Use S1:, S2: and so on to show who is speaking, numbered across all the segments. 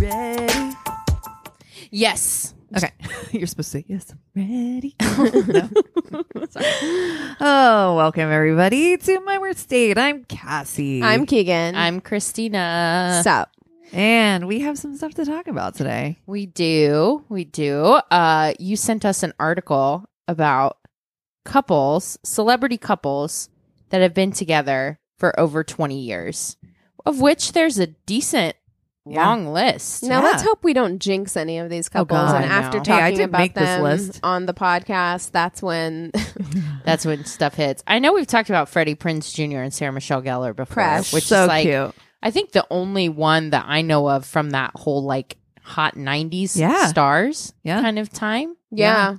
S1: Ready?
S2: Yes. Okay.
S1: You're supposed to say, yes, I'm ready.
S2: No.
S1: oh, welcome everybody to My Word State. I'm Cassie.
S3: I'm Keegan.
S2: I'm Christina.
S3: Sup.
S1: And we have some stuff to talk about today.
S2: We do. We do. Uh you sent us an article about couples, celebrity couples that have been together for over 20 years, of which there's a decent
S1: Yeah.
S2: long list.
S3: Now
S1: Yeah. Oh,
S3: let's hope we don't jinx any of these couples.
S1: God.
S3: and
S2: I
S3: after
S2: know.
S1: Hey, I
S3: talking
S1: did
S3: about
S1: make this
S3: them
S1: list.
S3: on the podcast, that's when
S2: That's when stuff hits. I know we've talked about Freddie Prince Jr. and Sarah Michelle Gellar before,
S3: Press.
S2: which
S1: so
S2: is like
S1: cute.
S2: I think the only one that I know of from that whole like hot 90s
S1: Yeah.
S2: stars
S1: Yeah.
S2: kind of time.
S3: yeah,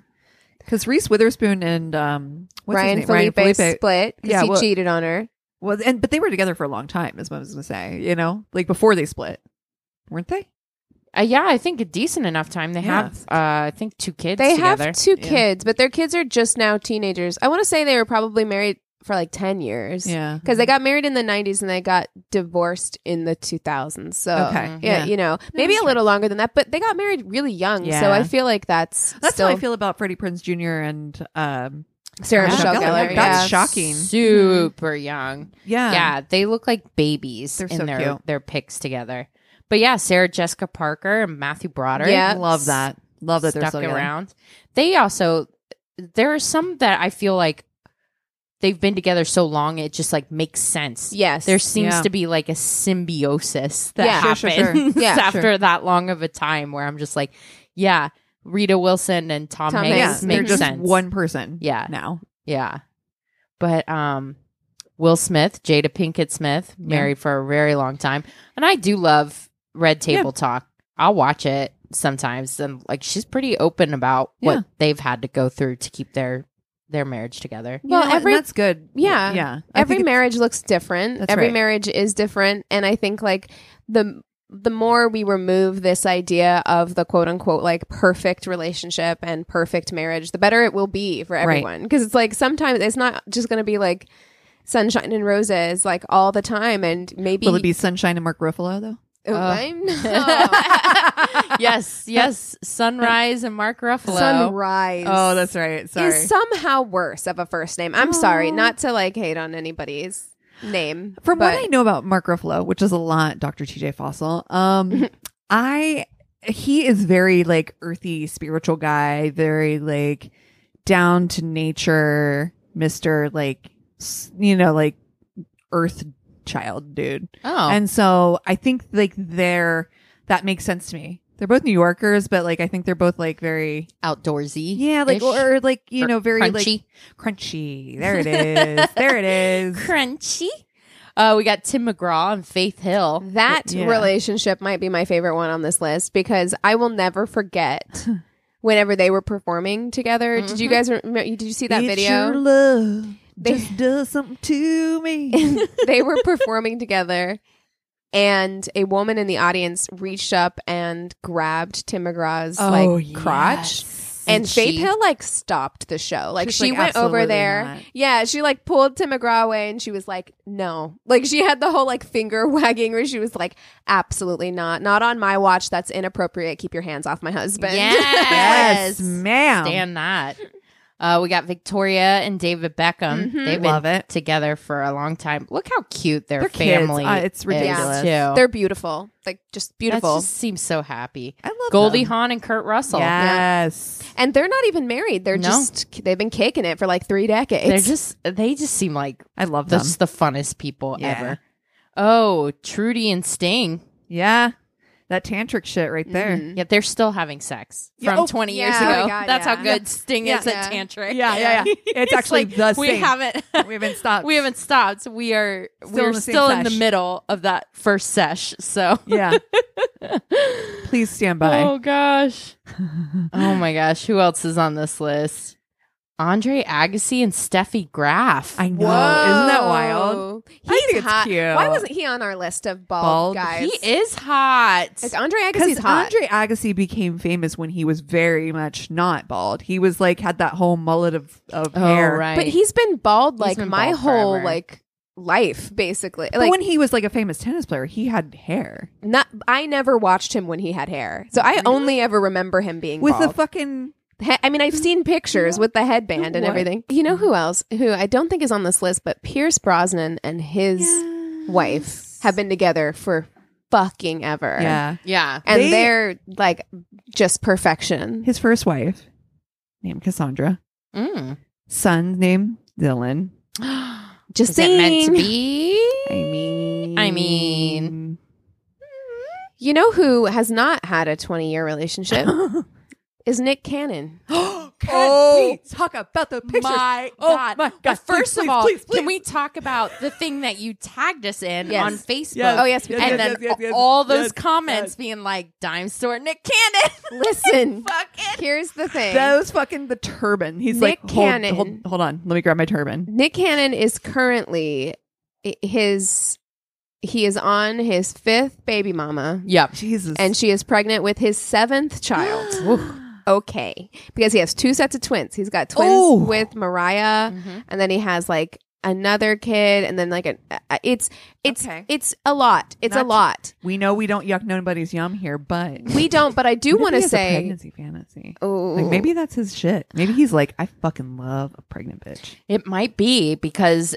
S1: Because Reese Witherspoon and um, what's his
S3: Ryan,
S1: name?
S3: Felipe split because
S1: Yeah,
S3: he
S1: well-
S3: cheated on her.
S1: Well, and but they were together for a long time, is what I was going to say. You know, like before they split, weren't they?
S2: Uh, yeah, I think a decent enough time. They
S1: Yes.
S2: have, uh, I think, two kids.
S3: They
S2: together.
S3: have two
S1: Yeah.
S3: kids, but their kids are just now teenagers. I want to say they were probably married for like ten years.
S1: Yeah.
S3: Because they got married in the 90s and they got divorced in the 2000s. So,
S1: Okay.
S3: yeah,
S1: Yeah.
S3: you know, maybe a little longer than that, but they got married really young. So
S1: Yeah.
S3: I feel like that's,
S1: That's
S3: still
S1: how I feel about Freddie Prince Jr. and um,
S3: Sarah
S2: Yeah.
S3: Michelle
S2: Gellar.
S3: Gellar.
S1: That's
S3: yeah.
S1: shocking.
S2: Super young.
S1: Yeah.
S2: yeah, they look like babies
S1: They're
S2: in
S1: so
S2: their,
S1: cute.
S2: their pics together. But yeah, Sarah Jessica Parker and Matthew Broderick.
S3: Yeah.
S1: Love that. Love that they're
S2: stuck
S1: still together.
S2: around. They also, there are some that I feel like they've been together so long, it just like makes sense.
S3: Yes.
S2: There seems
S1: Yeah.
S2: to be like a symbiosis that
S3: Yeah.
S1: Sure, sure, sure.
S2: happens
S3: Yeah,
S2: after
S1: sure.
S2: that long of a time where I'm just like, yeah, Rita Wilson and Tom,
S3: Tom
S1: Yeah,
S2: Hanks
S3: Hanks.
S1: they're
S2: make
S1: just
S2: sense.
S1: one person.
S2: Yeah.
S1: now.
S2: Yeah. But um Will Smith, Jada Pinkett Smith, married for a very long time. And I do love Red
S1: Yeah.
S2: Table Talk. I'll watch it sometimes and like she's pretty open about
S1: Yeah.
S2: what they've had to go through to keep their their marriage together.
S3: Well,
S1: Yeah, and
S3: every-
S1: that's good.
S3: Yeah.
S1: yeah. I
S3: every
S1: think it's-
S3: marriage looks different
S1: That's
S3: every
S1: right.
S3: marriage is different and i think like the the more we remove this idea of the quote unquote like perfect relationship and perfect marriage the better it will be for
S1: Right.
S3: everyone because it's like sometimes it's not just going to be like sunshine and roses like all the time and maybe
S1: Will it be uh, Sunshine and Mark Ruffalo though?
S3: Oh,
S2: Oh.
S3: I'm- oh.
S2: yes, yes. Sunrise and Mark Ruffalo.
S3: sunrise
S1: Oh, right.
S3: is somehow worse of a first name i'm sorry not to like hate on anybody's name
S1: Oh. From
S3: but
S1: what I know about Mark Ruffalo, which is a lot, Dr. TJ Fossil, um, I he is very like earthy spiritual guy, very like down to nature, Mr. like s- you know, like earth child dude.
S2: Oh.
S1: And so I think like they're that makes sense to me. They're both New Yorkers, but like I think they're both like very
S2: outdoorsy.
S1: yeah, like or like you know very
S2: crunchy.
S1: like crunchy. There it is. there it is.
S2: crunchy. Uh, we got Tim McGraw and Faith Hill.
S3: That
S1: Yeah.
S3: relationship might be my favorite one on this list because I will never forget whenever they were performing together. Did
S1: Mm-hmm.
S3: you guys remember? Did you see that
S1: It's your
S3: video?
S1: love
S3: They-
S1: just does something to me.
S3: they were performing together, and a woman in the audience reached up and grabbed Tim McGraw's
S1: Oh,
S3: like crotch. And
S2: And
S3: Faith
S2: she-
S3: Hill like stopped the show. Like
S1: She's
S3: she
S1: like,
S3: went over
S1: "Absolutely
S3: there.
S1: not."
S3: Yeah, she like pulled Tim McGraw away and she was like, no. Like she had the whole like finger wagging where she was like, absolutely not. Not on my watch. That's inappropriate. Keep your hands off my husband.
S1: Yes,
S2: Yes.
S1: ma'am.
S2: Damn that. Uh, we got Victoria and David Beckham. They've
S1: Mm-hmm. Love
S2: been
S1: it.
S2: together for a long long time. Look how cute their
S1: Their kids.
S2: family.
S1: Uh, it's
S2: is,
S1: ridiculous.
S2: too.
S3: They're beautiful. Like just
S2: That
S3: beautiful.
S2: just seems so happy.
S1: I love
S2: Goldie
S1: them.
S2: Hawn and Kurt Russell.
S1: Yes.
S3: and they're not even married. They're
S2: No.
S3: just, they've been kicking it for like three decades.
S2: They're just they just seem like
S1: I love them.
S2: just the funnest people
S1: Yeah.
S2: ever. Oh, Trudy and Sting.
S1: Yeah. that tantric shit right there.
S3: Mhm.
S2: Yeah, they're still having sex
S1: Yeah,
S2: from
S1: oh,
S2: 20 years
S3: yeah, oh
S2: ago.
S3: my God,
S2: That's
S3: yeah.
S2: how good Sting
S1: Yeah.
S2: is at
S3: Yeah.
S2: tantric.
S1: Yeah, yeah, yeah. It's actually the
S2: like, we
S1: same.
S2: haven't
S1: We haven't stopped.
S2: we haven't stopped. We are
S1: Still in
S2: we're
S1: the same
S2: still in the
S1: sesh.
S2: middle of that first sesh. So
S1: Yeah. Please stand by.
S2: Oh gosh. oh my gosh. Who else is on this list? Andre Agassi and Steffi Graf.
S1: I know. Isn't that wild?
S3: Whoa. He's
S1: I think it's
S3: hot.
S1: cute.
S3: Why wasn't he on our list of bald,
S1: Bald.
S3: guys?
S2: he is hot.
S3: Like Andre Agassi's
S1: Because
S3: hot.
S1: Andre Agassi became famous when he was very much not bald. He was like had that whole mullet of, of
S2: oh
S1: hair.
S2: right.
S3: but he's been bald
S2: He's
S3: like
S2: been
S3: my
S2: bald
S3: whole
S2: forever.
S3: like life basically.
S1: But
S3: like
S1: when he was like a famous tennis player, he had hair
S3: not I never watched him when he had hair. So I only ever remember him being
S1: with the
S3: bald.
S1: fucking
S3: He- I mean, I've seen pictures with the headband and
S1: What?
S3: everything. You know who else? Who I don't think is on this list, but Pierce Brosnan and his wife have been together for fucking ever.
S1: yeah.
S2: yeah.
S3: And
S1: They-
S3: they, are like just perfection.
S1: His first wife, named Cassandra.
S2: Mm.
S1: Son named Dylan.
S3: Just
S2: Is it meant
S3: saying.
S2: to be?
S1: I mean,
S2: I mean-
S3: You know who has not had a 20 year relationship is Nick Cannon.
S1: oh,
S2: Oh,
S1: talk about the
S2: My
S1: Oh,
S2: God.
S1: my
S2: Well,
S1: God.
S2: first
S1: Please,
S2: of all,
S1: please, please,
S2: can we talk about the thing that you tagged us in
S3: Yes.
S2: on Facebook?
S1: Yes.
S3: Oh, yes. we did.
S1: Yes,
S2: and
S1: yes,
S2: then
S1: yes, yes,
S2: all those
S1: yes,
S2: comments
S1: yes.
S2: being like dime store Nick Cannon.
S3: Listen,
S2: Fucking
S3: here's the thing.
S1: That was fucking the turban. He's
S3: Nick
S1: like, hold,
S3: Cannon.
S1: hold, hold on, let me grab my turban.
S3: Nick Cannon is currently i- his he is on his fifth baby mama
S2: Yep.
S1: Jesus,
S3: and she is pregnant with his seventh child. okay. Because he has two sets of twins. He's got twins
S1: Ooh.
S3: with Mariah
S2: Mm-hmm.
S3: and then he has like another kid and then like an uh, it's it's
S1: Okay.
S3: it's a lot. It's
S1: Not
S3: a
S1: to-
S3: lot.
S1: we know we don't yuck nobody's yum here, but
S3: We don't but I do
S1: Maybe
S3: want
S1: he
S3: to
S1: has a
S3: say
S1: pregnancy fantasy.
S3: oh
S1: Like maybe that's his shit. Maybe he's like, I fucking love a pregnant bitch.
S2: It might be because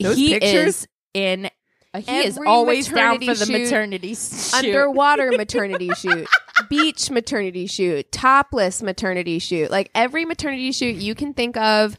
S1: Those
S2: he
S1: pictures-
S2: is in. uh, He is
S3: Every
S2: always down
S3: maternity
S2: for the
S3: shoot
S2: maternity shoot.
S3: underwater maternity shoot, beach maternity shoot, topless maternity shoot. Like every maternity shoot you can think of,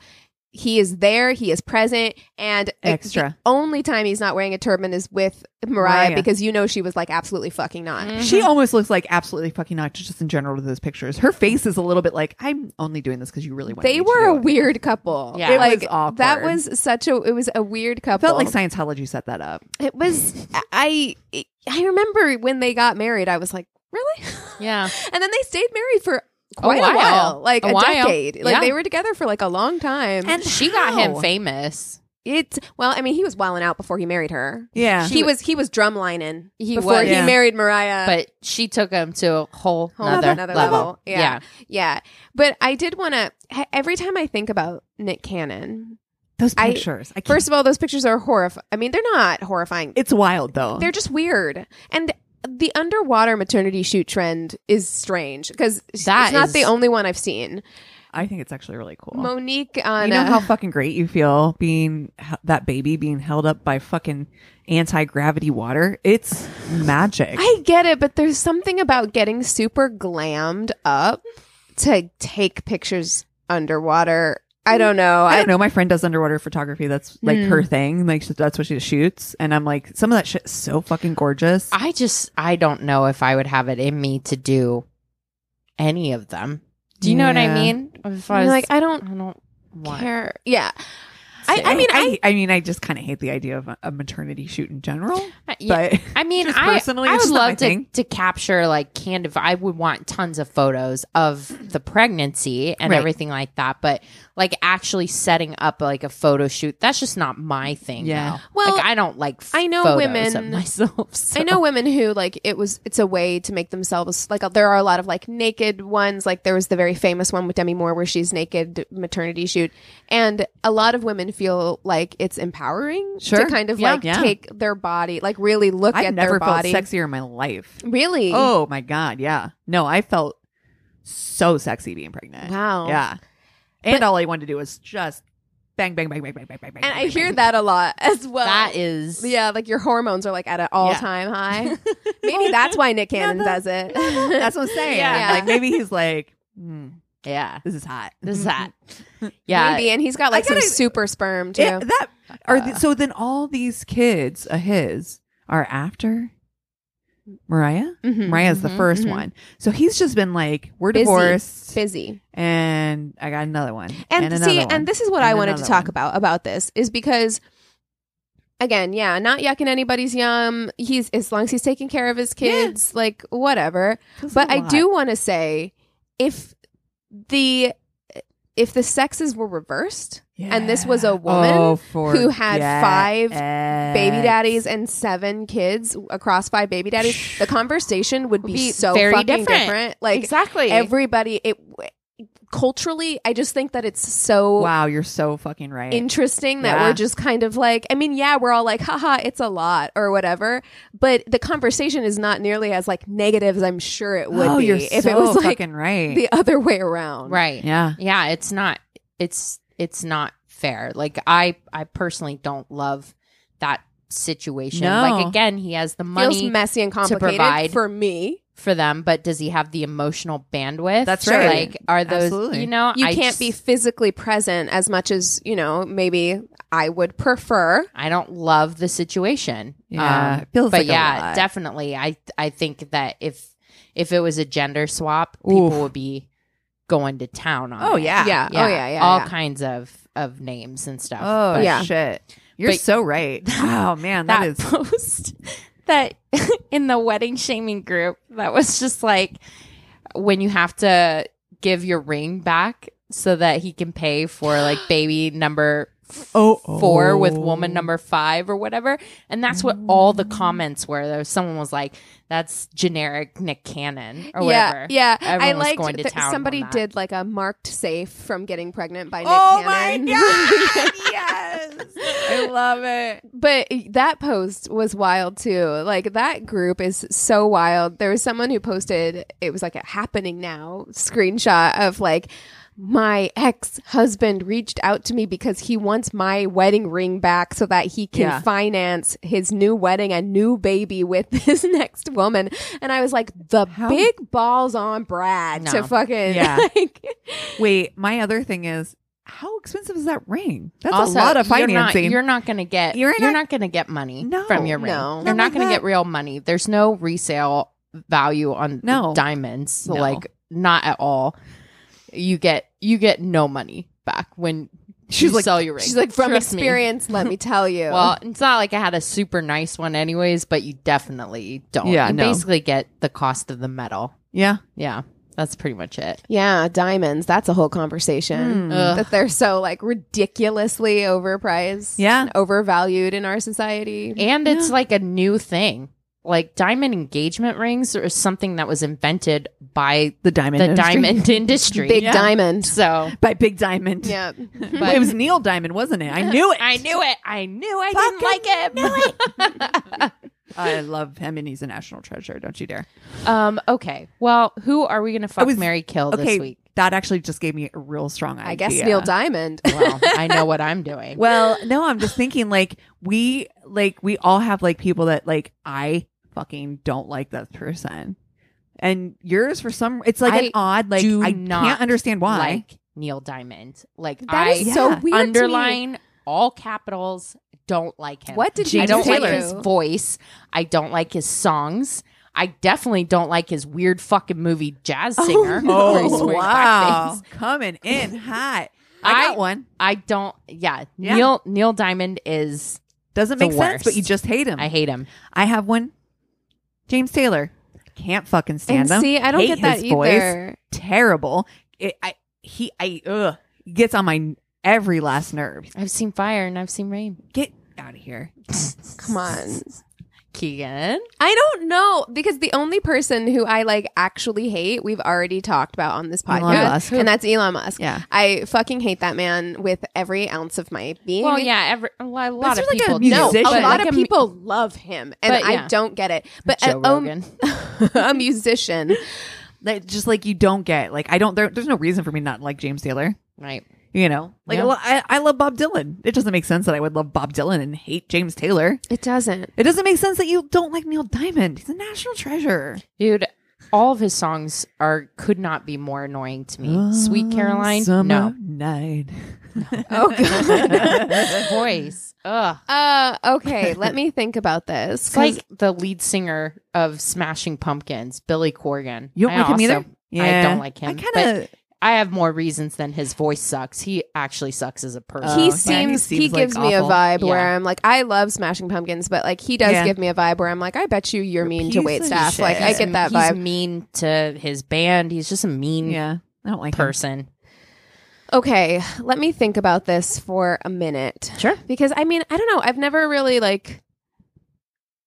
S3: he is there, he is present, and
S1: Extra.
S3: the only time he's not wearing a turban is with Mariah,
S1: Mariah. Mm.
S3: because you know she was like absolutely fucking not.
S2: Mhm.
S1: She almost looks like absolutely fucking not just in general with those pictures. Her face is a little bit like, I'm only doing this because you really want
S3: They
S1: me to
S3: were
S1: do
S3: a
S1: it."
S3: weird couple.
S2: Yeah. It
S3: like
S1: was awkward.
S3: that was such a it was a weird
S1: It
S3: couple.
S1: felt like Scientology set that up.
S3: it was I I remember when they got married, I was like, really?
S2: yeah,
S3: And then they stayed married for quite a while,
S2: while.
S3: like
S2: A
S3: a,
S2: while.
S3: decade. Like
S2: Yeah.
S3: they were together for like a long time.
S1: And
S2: she got him
S1: how?
S2: famous.
S3: it well, I mean, he was wilding out before he married her.
S1: Yeah.
S3: he was he was drumlining
S2: He
S3: before
S2: was,
S3: he
S1: Yeah.
S3: married Mariah.
S2: but she took him to a whole
S3: Whole
S2: nother
S3: nother
S2: level.
S3: level. Yeah. yeah, but I did want to. Every time I think about Nick Cannon,
S1: Those
S3: I-
S1: pictures. I, first,
S3: first of all, those pictures are horrifying. I mean, they're not horrifying.
S1: it's wild though.
S3: they're just weird and. The underwater maternity shoot trend is strange because it's
S2: That
S3: not
S2: is-
S3: the only one I've seen.
S1: I think it's actually really cool.
S3: Monique on
S1: you know
S3: uh,
S1: how fucking great you feel being h- that baby being held up by fucking anti gravity water. It's magic.
S3: I get it, but there's something about getting super glammed up to take pictures underwater. I don't know.
S1: I
S3: I,
S1: don't know. My friend does underwater photography. That's like her thing. Like she- that's what she shoots. And I'm like, some of that shit's so fucking gorgeous.
S2: I just I don't know if I would have it in me to do any of them. Do you know what I
S1: Yeah.
S2: mean? If I
S3: I'm
S2: was-
S3: like I don't
S2: I don't want.
S3: care. Yeah, I, I mean, I,
S1: I mean, I just kind of hate the idea of a, a maternity shoot in general.
S2: Uh, Yeah,
S1: But
S2: I mean,
S1: Just
S2: I,
S1: personally,
S2: I
S1: it's
S2: would
S1: just not my
S2: love to,
S1: thing.
S2: to capture like candid. I would want tons of photos of the pregnancy and
S1: Right.
S2: everything like that. But like actually setting up like a photo shoot, that's just not my thing.
S1: Yeah.
S2: now.
S3: Well,
S2: like, I don't like. f-
S3: I know
S2: photos
S3: women-
S2: of myself. so-
S3: I know women who like it was. It's a way to make themselves like. There are a lot of like naked ones. Like there was the very famous one with Demi Moore where she's naked maternity shoot, and a lot of women feel like it's empowering
S1: Sure.
S3: to kind of
S1: Yeah.
S3: like
S1: Yeah.
S3: take their body, like really look
S1: I've
S3: at
S1: never
S3: their
S1: felt
S3: body.
S1: sexier in my life.
S3: Really?
S1: Oh my god, yeah. No, I felt so sexy being pregnant.
S3: Wow.
S1: Yeah. And all I wanted to do was just bang, bang, bang, bang, bang, bang, bang.
S3: And I hear that a lot as well.
S2: that is.
S3: Yeah, like your hormones are like at an all time high. Maybe that's why Nick Cannon does it.
S1: That's what I'm saying.
S3: Yeah.
S1: Like maybe he's like, hmm,
S2: Yeah.
S1: this is hot.
S2: This is that. Yeah.
S3: Maybe. And he's got like
S1: I gotta-
S3: some super sperm too. Uh.
S1: Yeah, that are the, so then all these kids of his are after Mariah?
S3: Mhm.
S1: Mariah's the
S2: mhm,
S1: 1st
S3: mhm.
S1: one. So he's just been like, we're
S3: Busy.
S1: divorced
S3: busy.
S1: and I got another one.
S3: And,
S1: another
S3: see,
S1: one.
S3: and this is what I
S1: and
S3: wanted to
S1: another
S3: talk
S1: one.
S3: about about this is because again, yeah, not yucking anybody's yum. He's as long as he's taking care of his kids, like whatever.
S1: Feels
S3: But
S1: a
S3: I
S1: lot.
S3: do want to say if the if the sexes were reversed and this was a
S1: Yeah.
S3: woman
S1: Oh, for
S3: who had
S1: yeah,
S3: five
S1: X.
S3: baby daddies and seven kids across five baby daddies, the conversation would be,
S2: be
S3: so
S2: very
S3: fucking different.
S2: different.
S3: Like
S2: exactly.
S3: everybody, it culturally, I just think that it's so
S1: Wow, you're so fucking right.
S3: interesting that
S1: Yeah.
S3: we're just kind of like, I mean, yeah, we're all like, haha, it's a lot or whatever, but the conversation is not nearly as like negative as I'm sure it would
S1: oh,
S3: be
S1: you're
S3: if
S1: so
S3: it was like
S1: fucking right.
S3: the other way around.
S2: right.
S1: yeah.
S2: yeah it's not it's it's not fair like i i personally don't love that situation
S1: No.
S2: like again he has the
S3: Feels
S2: money
S3: messy and complicated
S2: provide.
S3: for me.
S2: for them but does he have the emotional bandwidth
S1: That's
S2: Sure.
S1: right.
S2: like are those
S1: Absolutely.
S2: you know
S3: You
S2: I
S3: can't
S2: just-
S3: be physically present as much as, you know, maybe I would prefer.
S2: i don't love the situation
S1: Uh, Yeah.
S2: Um,
S1: It feels
S2: but
S1: like a
S2: yeah
S1: lot.
S2: definitely i i think that if if it was a gender swap people
S1: Oof.
S2: would be going to town on
S1: Oh,
S2: it.
S1: yeah.
S3: Yeah. Oh, yeah. Yeah.
S2: all
S3: yeah.
S2: kinds of of names and stuff
S1: Oh
S2: But-
S3: Yeah.
S1: shit. You're
S2: But-
S1: so right. Oh man,
S2: that,
S1: that is
S2: post that in the wedding shaming group that was just like when you have to give your ring back so that he can pay for like baby number f-
S1: Oh,
S2: four with
S1: oh.
S2: woman number five or whatever and that's what all the comments were there was- someone was like that's generic nick cannon or whatever
S3: Yeah, yeah.
S2: Everyone
S3: I
S2: was
S3: liked
S2: going to
S3: that
S2: town on
S3: somebody
S2: that.
S3: did like a marked safe from getting pregnant by Nick
S1: Oh
S3: Cannon.
S1: my god! yes, I love it.
S3: But that post was wild too. Like that group is so wild. There was someone who posted it was like a happening now screenshot of like my ex-husband reached out to me because he wants my wedding ring back so that he can
S1: Yeah.
S3: finance his new wedding and new baby with this next woman. And I was like, the
S1: How-
S3: big balls on Brad
S2: No.
S3: to fucking
S1: Yeah.
S3: like
S1: Wait, my other thing is, how expensive is that ring? That's
S2: Also,
S1: a lot of
S2: you're not-
S1: financing.
S2: You're not, going to get
S1: You're
S2: you're,
S1: not-
S2: not, going to get money
S1: No.
S2: from your ring.
S3: No.
S2: You're
S1: Not like
S2: not going to
S1: that.
S2: get real money. There's no resale value on
S1: No.
S2: diamonds. So,
S1: No.
S2: Like not at all. You get you get no money back when
S1: She's
S2: you
S1: like-
S2: sell your ring.
S3: she's like from
S2: Trust me.
S3: experience, let me tell you.
S2: Well, it's not like I had a super nice one, anyways. But you definitely don't.
S1: Yeah,
S2: you
S1: no.
S2: basically get the cost of the metal.
S1: yeah,
S2: Yeah, that's pretty much it.
S3: Yeah, diamonds. That's a whole conversation.
S1: Hmm.
S2: Ugh.
S3: That they're so like ridiculously overpriced,
S1: Yeah.
S3: and overvalued in our society.
S2: And it's like a new thing. Like diamond engagement rings are something that was invented by
S1: the diamond,
S2: the
S1: industry.
S2: diamond industry.
S3: Big
S1: Yeah.
S3: diamond.
S2: So
S1: by Big Diamond.
S3: Yeah,
S2: but-
S1: it was Neil Diamond, wasn't it? I knew it.
S2: I knew it. I knew I
S1: Fucking
S2: didn't like him.
S1: I love him, and he's a national treasure. Don't you dare.
S2: um. Okay. Well, who are we gonna fuck,
S1: was-
S2: Mary, kill
S1: Okay,
S2: this week?
S1: that actually just gave me a real strong idea.
S3: I guess Neil Diamond.
S2: Well, I know what I'm doing.
S1: Well, no, I'm just thinking like we like we all have like people that like I fucking don't like that person. And yours for some it's like an
S2: I
S1: odd like
S2: do
S1: I
S2: not
S1: can't understand why.
S2: Like Neil Diamond. Like
S3: That
S2: I
S3: is so
S1: Yeah.
S3: weird. to me.
S2: underline all capitals. Don't like him.
S3: What did
S2: I
S1: James
S2: don't
S1: Taylor.
S2: like his voice. I don't like his songs. I definitely don't like his weird fucking movie Jazz Singer.
S1: oh
S2: where he's wearing blackface.
S1: wow. Coming in hot. I, got
S2: I-
S1: one.
S2: I don't. Yeah,
S1: Yeah.
S2: Neil Neil Diamond is.
S1: Doesn't
S2: the
S1: make sense, but
S2: worst.
S1: you just hate him.
S2: I hate him.
S1: I have one. James Taylor. Can't fucking stand
S3: And
S1: him.
S3: see, I don't
S1: Hate
S3: get that
S1: his voice.
S3: either.
S1: Terrible. It, I he I ugh gets on my every last nerve.
S2: I've seen fire and I've seen rain.
S1: Get out of here.
S3: Come on.
S2: Keegan.
S3: I don't know because the only person who I like actually hate, we've already talked about on this
S1: Elon
S3: podcast,
S1: Musk.
S3: and that's Elon Musk.
S1: Yeah.
S3: I fucking hate that man with every ounce of my being.
S2: Well, yeah, every, well, a lot
S1: But
S2: of
S1: he's like a
S2: people.
S3: No,
S1: musician.
S3: a lot
S1: Like
S3: of people love him, and
S2: But,
S3: I
S2: yeah.
S3: don't get it. But
S2: Joe
S3: a, um,
S2: Rogan.
S3: a musician,
S1: that just like you don't get like i don't there, there's no reason for me not to like james taylor
S2: right.
S1: you know like
S2: Yeah.
S1: lo- I, I love bob dylan it doesn't make sense that i would love bob dylan and hate james taylor
S3: it doesn't.
S1: it doesn't make sense that you don't like neil diamond he's a national treasure
S2: Dude, all of his songs are could not be more annoying to me. Sweet Caroline,
S1: Ah, Summer
S2: no.
S1: night.
S3: Oh god.
S2: His voice, ugh.
S3: uh, okay, let me think about this.
S2: It's
S3: 'cause-
S2: like the lead singer of Smashing Pumpkins, Billy Corgan.
S1: You don't
S2: I
S1: like him either.
S2: also- I don't like him.
S1: I
S2: but
S1: kind of.
S2: I have more reasons than his voice sucks. He actually sucks as a person.
S1: Oh,
S3: he
S1: okay.
S3: seems
S1: He
S3: he,
S1: seems, like,
S3: gives me a
S1: awful.
S3: vibe where
S2: Yeah.
S3: I'm like I love Smashing Pumpkins, but like he does
S1: Yeah.
S3: give me a vibe where I'm like I bet you you're mean to
S1: piece
S3: wait
S1: of
S3: staff.
S1: shit.
S3: Like I
S1: He's-
S3: get that
S2: he's
S3: vibe.
S2: mean to his band. He's just a mean
S1: Yeah, I don't like him.
S2: person.
S3: Okay, let me think about this for a minute.
S2: Sure.
S3: Because I mean, I don't know. I've never really like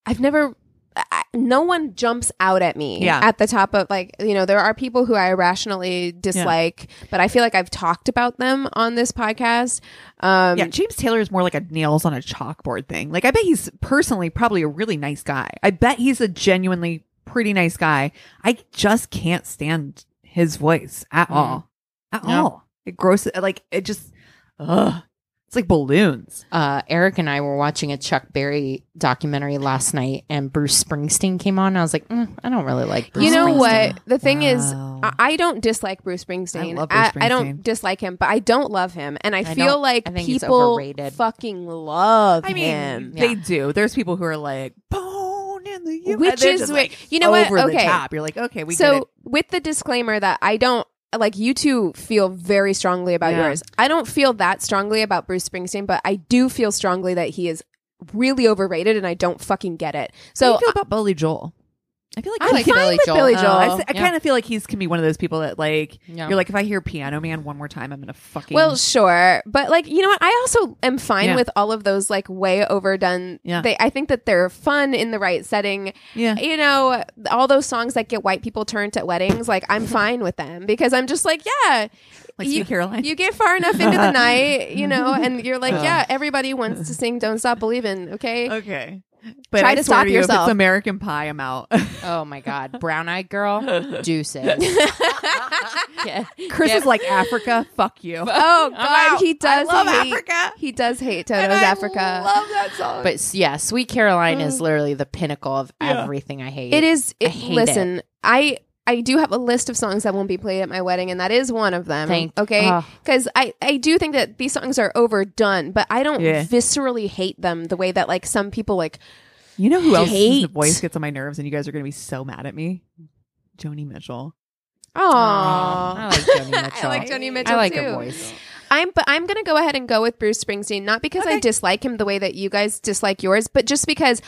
S3: I've never I- I, no one jumps out at me
S1: Yeah.
S3: at the top of like you know there are people who I irrationally dislike but I feel like I've talked about them on this podcast um
S1: yeah, James Taylor is more like a nails on a chalkboard thing. Like, I bet he's personally probably a really nice guy. I bet he's a genuinely pretty nice guy. I just can't stand his voice at
S2: Mm.
S1: all. At
S2: Yeah.
S1: all. It gross. Like, it just, ugh. It's like balloons.
S2: Uh, Eric and I were watching a Chuck Berry documentary last night, and Bruce Springsteen came on. And I was like, mm, I don't really like. Bruce
S3: you know
S2: Springsteen.
S3: what the thing is
S1: Wow.
S3: I- I don't dislike Bruce Springsteen.
S1: I love
S3: I,
S1: Bruce
S3: I
S1: Springsteen.
S3: don't dislike him, but I don't love him, and I,
S2: don't-
S3: feel like
S2: I think he's
S3: people
S2: overrated.
S3: fucking love
S1: I mean,
S3: him.
S1: they do. There's people who are like, bone in the U.
S3: Which
S1: they're
S3: is
S1: just,
S3: wh-
S1: like,
S3: you know what?
S1: over the
S3: Okay.
S1: top. You're like, okay, we get it.
S3: so with the disclaimer that I don't like, you two feel very strongly about
S1: Yeah.
S3: yours. I don't feel that strongly about Bruce Springsteen, but I do feel strongly that he is really overrated, and I don't fucking get it.
S1: How do
S3: So
S1: you feel about Billy Joel? I feel like
S2: I
S1: he's
S2: like
S1: fine
S2: Billy
S1: with
S2: Joel.
S1: Billy
S3: Oh,
S1: Joel. I, s- I
S2: yeah.
S1: kind of feel like he's can be one of those people that like
S2: Yeah.
S1: you're like if I hear Piano Man one more time, I'm gonna fucking
S3: Well, sure, but like you know what, I also am fine
S1: Yeah.
S3: with all of those like way overdone.
S1: Yeah.
S3: They, I think that they're fun in the right setting.
S1: yeah.
S3: You know, all those songs that get white people turned at weddings, like I'm fine with them because I'm just like, yeah,
S1: Like
S3: you,
S1: Sweet Caroline.
S3: you get far enough into the night, you know, and you're like, yeah, everybody wants to sing "Don't Stop Believin'," okay?
S1: Oh, okay, but
S3: Try
S1: I
S3: to
S1: swear
S3: stop
S1: you, if
S3: yourself.
S1: it's American Pie, I'm out.
S2: Oh my God, brown eyed girl, juices. yeah.
S1: Chris is like Africa. Fuck you.
S3: Oh God,
S1: out.
S3: he does
S1: I love
S3: hate.
S1: Africa.
S3: He does hate
S1: And
S3: Toto's
S1: I
S3: Africa.
S1: Love that
S3: Uh,
S1: song.
S2: But s- yeah, Sweet Caroline is literally the pinnacle of everything I hate.
S3: It is.
S2: I
S3: It,
S2: hate
S3: listen, I I do have a list of songs that won't be played at my wedding, and that is one of them.
S2: Thank-
S3: okay,
S2: oh.
S3: because I I do think that these songs are overdone, but I don't
S1: Yeah.
S3: viscerally hate them the way that like some people like.
S1: you know who else the
S3: Hate.
S1: voice gets on my nerves, and you guys are gonna be so mad at me. Joni Mitchell.
S2: I
S3: Oh,
S2: like Joni Mitchell.
S3: I like Joni Mitchell
S2: I like
S3: too.
S2: her voice.
S3: I'm but I'm gonna go ahead and go with Bruce Springsteen, not because I
S1: Okay.
S3: dislike him the way that you guys dislike yours, but just because.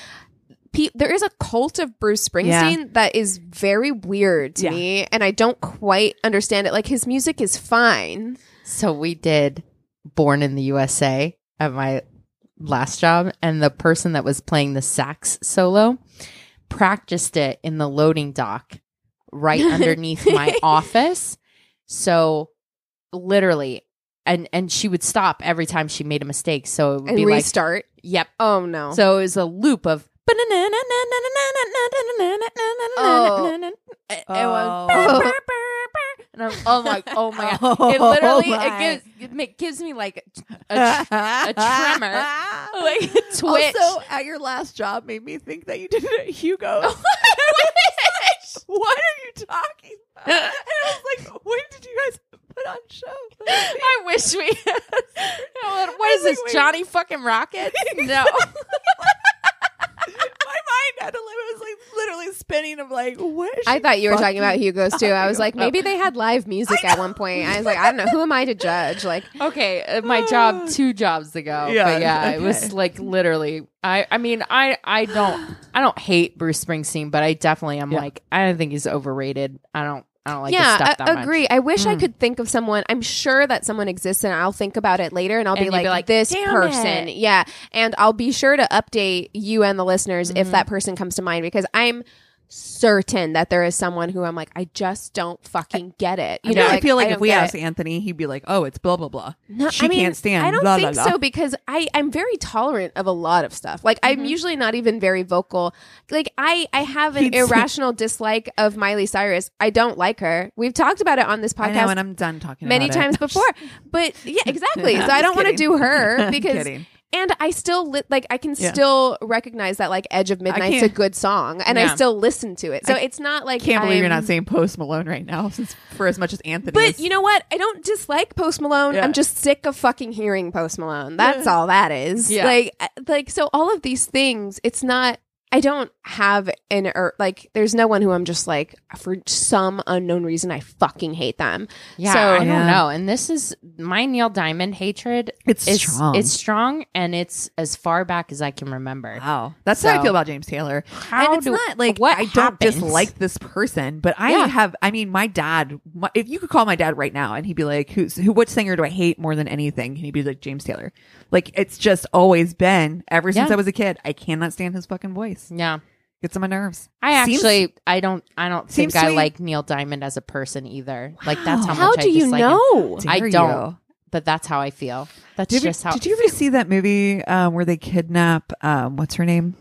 S3: Pe- there is a cult of Bruce Springsteen that is very weird to
S1: Yeah.
S3: me, and I don't quite understand it. Like his music is fine,
S2: So we did Born in the USA at my last job, and the person that was playing the sax solo practiced it in the loading dock right underneath my office. So literally, and and she would stop every time she made a mistake. So it would
S3: and
S2: be like,
S3: restart.
S2: yep.
S3: Oh no.
S2: So it was a loop of.
S3: Oh.
S2: It was-
S3: Oh.
S2: and I'm, oh my, oh my god! It
S1: Oh
S2: literally
S1: my.
S2: it gives it ma- gives me like a, a tremor. like a twitch.
S1: Also, at your last job, made me think that you did it at Hugo's.
S3: Oh,
S1: what are you talking about? And I was like, when did you guys put on show?
S2: I wish we. what is
S1: like,
S2: this,
S1: wait.
S2: Johnny fucking Rockets? No,
S1: My mind at eleven was like literally spinning. of like, what? Is
S3: I
S1: she
S3: thought you were talking
S1: fucking-
S3: about Hugo's too. I was like,
S1: Oh.
S3: maybe they had live music at one point. I was like, I don't know. Who am I to judge? Like,
S2: okay, uh, my job two jobs ago.
S1: Ah. Yeah,
S2: but yeah, it
S1: okay.
S2: was like literally. I I mean I I don't I don't hate Bruce Springsteen, but I definitely am
S1: Yeah.
S2: like I don't think he's overrated. I don't I don't like
S3: yeah,
S2: his stuff
S1: uh,
S2: that
S3: I
S2: much.
S3: agree. I wish I could think of someone. I'm sure that someone exists, and I'll think about it later, and I'll
S2: And
S3: be,
S2: you'd
S3: like,
S2: be like,
S3: this
S2: "Damn
S3: person.
S2: it.
S3: Yeah, and I'll be sure to update you and the listeners if that person comes to mind because I'm certain that there is someone who I'm like, I just don't fucking get it. You
S1: You
S3: know,
S1: know, I feel like
S3: I
S1: if
S3: don't
S1: we
S3: get it.
S1: asked Anthony, he'd be like, "Oh, it's blah blah blah.
S3: No,
S1: she
S3: I mean,
S1: can't stand."
S3: I don't
S1: blah, blah,
S3: think
S1: blah.
S3: so because I I'm very tolerant of a lot of stuff. Like
S1: Mm-hmm.
S3: I'm usually not even very vocal. Like I I have an
S1: He'd say-
S3: irrational dislike of Miley Cyrus. I don't like her. We've talked about it on this
S1: I know,
S3: podcast
S1: and I'm done talking
S3: many
S1: about it.
S3: times before. But yeah, exactly. so
S1: I'm
S3: I don't
S1: just
S3: want to
S1: kidding.
S3: do her
S1: I'm
S3: because
S1: kidding.
S3: and I still li- like I can
S1: Yeah.
S3: still recognize that like Edge of Midnight's a
S1: can't-
S3: good song, and I
S2: Yeah.
S3: still listen to it. So it's not like
S1: Can't believe you're
S3: I'm-
S1: not saying Post Malone right now, since for as much as Anthony.
S3: But
S1: is.
S3: you know what? I don't dislike Post Malone.
S1: Yeah.
S3: I'm just sick of fucking hearing Post Malone. That's all that is.
S1: Yeah.
S3: Like uh, like so all of these things, it's not I don't have an or like there's no one who I'm just like for some unknown reason I fucking hate them.
S2: Yeah,
S3: So-
S2: I don't
S1: Yeah.
S2: know. And this is my Neil Diamond hatred.
S1: It's
S2: is
S1: strong.
S2: It's strong, and it's as far back as I can remember.
S1: Wow, that's how I
S2: So-
S1: feel about James Taylor.
S2: How
S1: and it's
S2: do-
S1: not like
S2: what
S1: I don't
S2: happened?
S1: dislike this person, but I
S2: Yeah.
S1: have. I mean, my dad. My, if you could call my dad right now and he'd be like, "Who's who? What singer do I hate more than anything?" And he'd be like, "James Taylor." Like it's just always been ever since
S2: Yeah.
S1: I was a kid. I cannot stand his fucking voice.
S2: Yeah,
S1: Gets on my nerves.
S2: I
S1: Seems-
S2: actually I don't I don't
S1: Seems
S2: think I
S1: sweet.
S2: like Neil Diamond as a person either. Like that's how,
S1: Wow.
S3: How
S2: much
S3: do
S2: I
S3: you
S2: dislike him.
S3: know?
S1: Dare
S2: I
S1: you.
S2: don't. But that's how I feel. That's
S1: Did,
S2: just
S1: you,
S2: how.
S1: did you ever see that movie um, where they kidnap? Um, what's her name?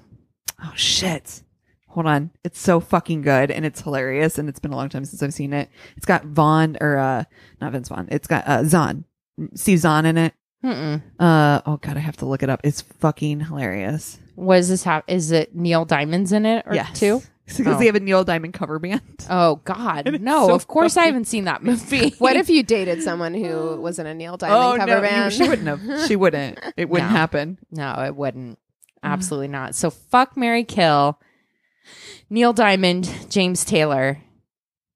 S1: Oh shit! Hold on, it's so fucking good and it's hilarious and it's been a long time since I've seen it. It's got Vaughn or uh, not Vince Vaughn. It's got uh, Zahn, Steve Zahn in it.
S2: Mm-mm.
S1: Uh, oh god, I have to look it up. It's fucking hilarious.
S2: What is this? How is it? Neil Diamond's in it or
S1: Yes.
S2: two?
S1: because
S2: Oh.
S1: they have a Neil Diamond cover band.
S2: Oh God, no!
S1: so
S2: of course I
S1: fucking-
S2: haven't seen that movie.
S3: What if you dated someone who was in a Neil
S2: Oh,
S3: Diamond cover
S1: Oh, you-
S3: band?
S1: she wouldn't have. She wouldn't. It wouldn't
S2: No.
S1: happen.
S2: No, it wouldn't. Absolutely not. So fuck Mary Kill, Neil Diamond, James Taylor,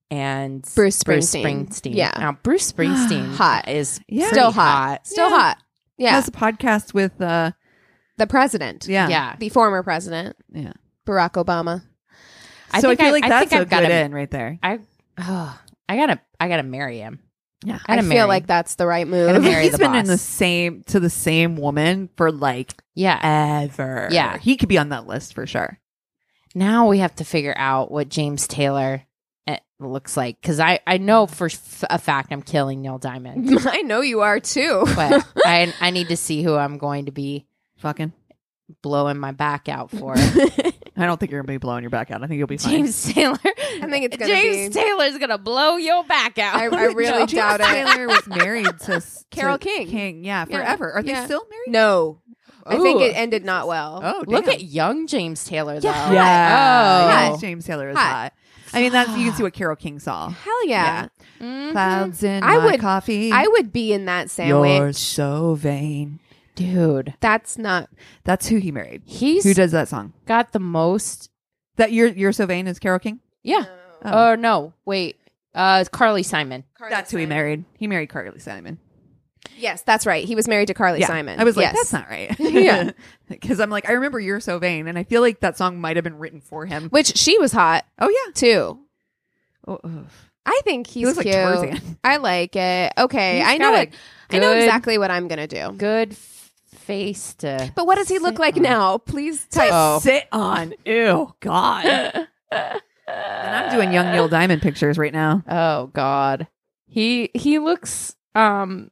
S2: and
S3: Bruce Springsteen.
S2: Springsteen.
S3: Yeah.
S2: Now Bruce Springsteen
S3: Hot.
S2: is
S1: Yeah.
S2: pretty
S3: still hot. Still
S1: Yeah.
S3: hot. Yeah.
S1: Has a podcast with uh,
S3: the president.
S1: yeah,
S2: Yeah.
S3: The former president,
S1: yeah.
S3: Barack Obama.
S2: I
S1: so I
S2: think
S1: feel
S2: I-
S1: like
S2: I
S1: that's
S2: think
S1: a
S2: I've got
S1: good
S2: him.
S1: end right there.
S2: I ugh, I gotta I gotta marry him.
S1: Yeah.
S3: I,
S2: gotta
S3: feel
S2: marry.
S3: like that's the right
S1: I
S3: move.
S1: think
S2: marry
S1: he's
S2: the
S1: been in
S2: boss.
S1: the same to the same woman for like
S2: Yeah.
S1: ever.
S2: Yeah.
S1: he could be on that list for sure.
S2: Now we have to figure out what James Taylor eh, looks like because I I know for f- a fact I'm killing Neil Diamond,
S3: I know you are too.
S2: but I I need to see who I'm going to be
S1: Fucking,
S2: blowing my back out for.
S1: I don't think you're gonna be blowing your back out. I think you'll be fine.
S2: James Taylor. I
S3: think it's gonna
S2: James
S3: be-
S2: Taylor's gonna blow your back out.
S3: I- I really
S2: No.
S1: James
S3: doubt it.
S1: Taylor was married to s-
S3: Carole
S1: to
S3: King.
S1: King, yeah,
S3: Yeah.
S1: forever. Are they
S3: Yeah.
S1: still married?
S3: No. I think
S2: Ooh.
S3: it ended not well.
S1: Oh,
S2: Look
S1: damn.
S2: at young James Taylor though.
S3: Yeah.
S1: yeah.
S2: Oh.
S1: Yes, James Taylor is
S3: Hot.
S1: hot. I mean, that's you can see what Carol King saw.
S3: Hell yeah.
S2: Mhm.
S1: Clouds in
S3: Mm-hmm. I
S1: my
S3: would-
S1: coffee.
S3: I would be in that sandwich.
S1: You're so vain.
S2: Dude,
S3: That's not
S1: That's who he married.
S2: he's
S1: Who does that song?
S2: got the most.
S1: That you're you're so vain is Carol King.
S2: Yeah. Oh, no. Wait. Uh, Carly Simon.
S1: That's who he married. He married Carly Simon.
S3: Yes, that's right. He was married to Carly Simon.
S1: I was like,
S3: yes.
S1: that's not right.
S3: Yeah.
S1: Because I'm like, I remember You're So Vain, and I feel like that song might have been written for him.
S3: Which she was hot
S1: Oh, yeah.
S3: too.
S1: Oh, ugh.
S3: I think he's
S1: looks like
S3: cute.
S1: Tarzan.
S3: I like it. Okay,
S2: He's
S3: I know
S2: got a
S3: it. I know
S2: good-
S3: exactly what I'm gonna do.
S2: Good f- face to.
S3: But what does he look like now? Please type.
S2: Oh.
S1: Sit on. Ew, God. and I'm doing young Neil Diamond pictures right now.
S2: Oh God. He he looks um.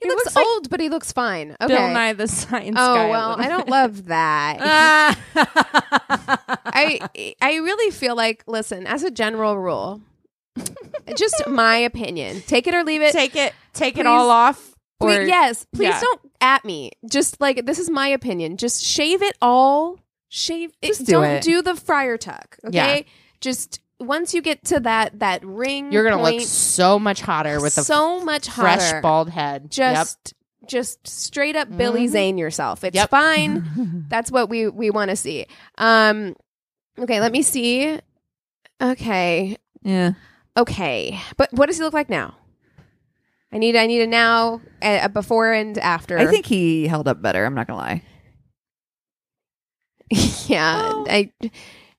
S3: He, looks,
S2: like
S3: old, but he looks fine. Okay.
S2: Bill Nye the Science Guy.
S3: oh
S2: a
S3: well,
S2: little
S3: I don't
S2: bit.
S3: love that.
S2: Ah,
S1: I
S3: I I really feel like listen, as a general rule, just my opinion. Take it or leave it.
S2: take it take
S3: Please-
S2: it all off. Or
S3: Please- yes, please
S2: yeah.
S3: don't at me. Just like this is my opinion. Just shave it all. Shave it.
S1: Just do
S3: not
S1: it.
S3: do the friar tuck. Okay. Just once you get to that that ring,
S2: You're gonna look
S3: point,
S2: so much hotter with a
S3: so much
S2: fresh
S3: hotter.
S2: bald head.
S3: Just just straight up Billy
S2: Mhm.
S3: Zane yourself. It's
S2: Yep.
S3: fine. That's what we we want to see. Um okay, let me see. Okay.
S1: yeah.
S3: Okay. But what does he look like now? I need I need a now a, a before and after.
S1: I think he held up better. I'm not going to lie.
S3: yeah. I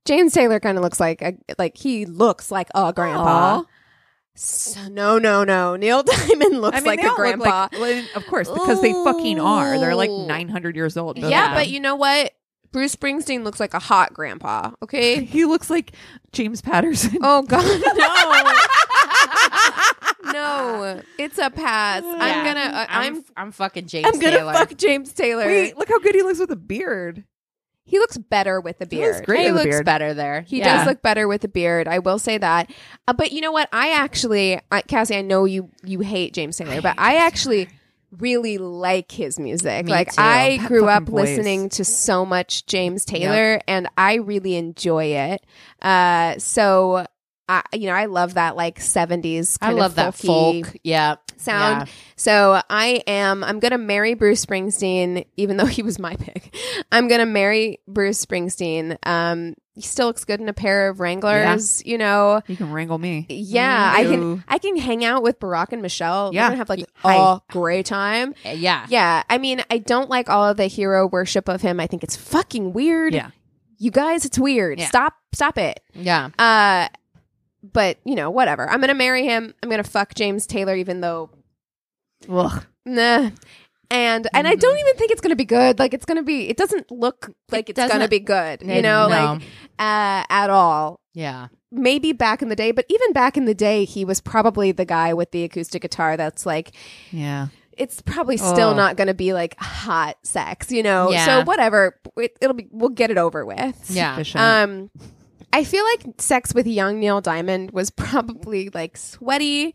S3: James Taylor kind of looks like a, like he looks like a grandpa.
S1: Aw.
S3: So, no, no, no. Neil Diamond looks
S1: I mean,
S3: like
S1: they
S3: a
S1: all look
S3: grandpa.
S1: like- well, of course, because they fucking are. They're like
S3: Ooh.
S1: 900 years old. both of
S3: yeah,
S1: them.
S3: but you know what? Bruce Springsteen looks like a hot grandpa. Okay.
S1: he looks like James Patterson.
S3: Oh God, no, no, it's a pass. I'm gonna, uh, I'm,
S2: I'm I'm fucking James
S3: I'm gonna
S2: Taylor.
S3: fuck James Taylor.
S1: Wait, look how good he looks with a beard.
S3: He looks better with a
S1: He looks
S3: beard.
S1: great
S2: he
S1: with a
S2: looks
S1: beard.
S2: better there.
S3: He
S2: Yeah.
S3: does look better with a beard. I will say that. Uh, but you know what? I actually, I, Cassie, I know you you hate James Taylor, but I actually really like his music.
S1: Me
S3: like
S1: too.
S3: I
S1: That
S3: grew up
S1: fucking voice.
S3: listening to so much James Taylor and I really enjoy it. Uh so I you know, I love that like 70s
S2: I
S3: kind of
S2: love that
S3: folky
S2: folk. Yeah.
S3: sound.
S2: Yeah.
S3: So I am I'm going to marry Bruce Springsteen even though he was my pick. I'm going to marry Bruce Springsteen. Um he still looks good in a pair of Wranglers, you know.
S1: You can wrangle me.
S3: Yeah, I
S1: Ew.
S3: can I can hang out with Barack and Michelle.
S1: Mm-hmm. Yeah.
S3: We're gonna have like
S2: Hi.
S3: a great time.
S2: Uh, Yeah.
S3: Yeah, I mean, I don't like all of the hero worship of him. I think it's fucking weird.
S1: Yeah.
S3: You guys, it's weird.
S1: Yeah.
S3: Stop, stop it.
S2: Yeah.
S3: Uh but, you know, whatever. I'm going to marry him. I'm going to fuck James Taylor even though
S1: Ugh.
S3: nah. And and I don't even think it's going to be good. Like it's going to be it doesn't look like it's going to
S2: doesn't-
S3: be good, you know, like uh at all.
S2: yeah.
S3: Maybe back in the day, but even back in the day, he was probably the guy with the acoustic guitar that's like
S1: Yeah.
S3: it's probably still
S1: Ugh.
S3: not going to be like hot sex, you know.
S2: Yeah.
S3: So whatever, it, it'll be we'll get it over with.
S2: Yeah.
S1: Efficient.
S3: Um, I feel like sex with young Neil Diamond was probably like sweaty.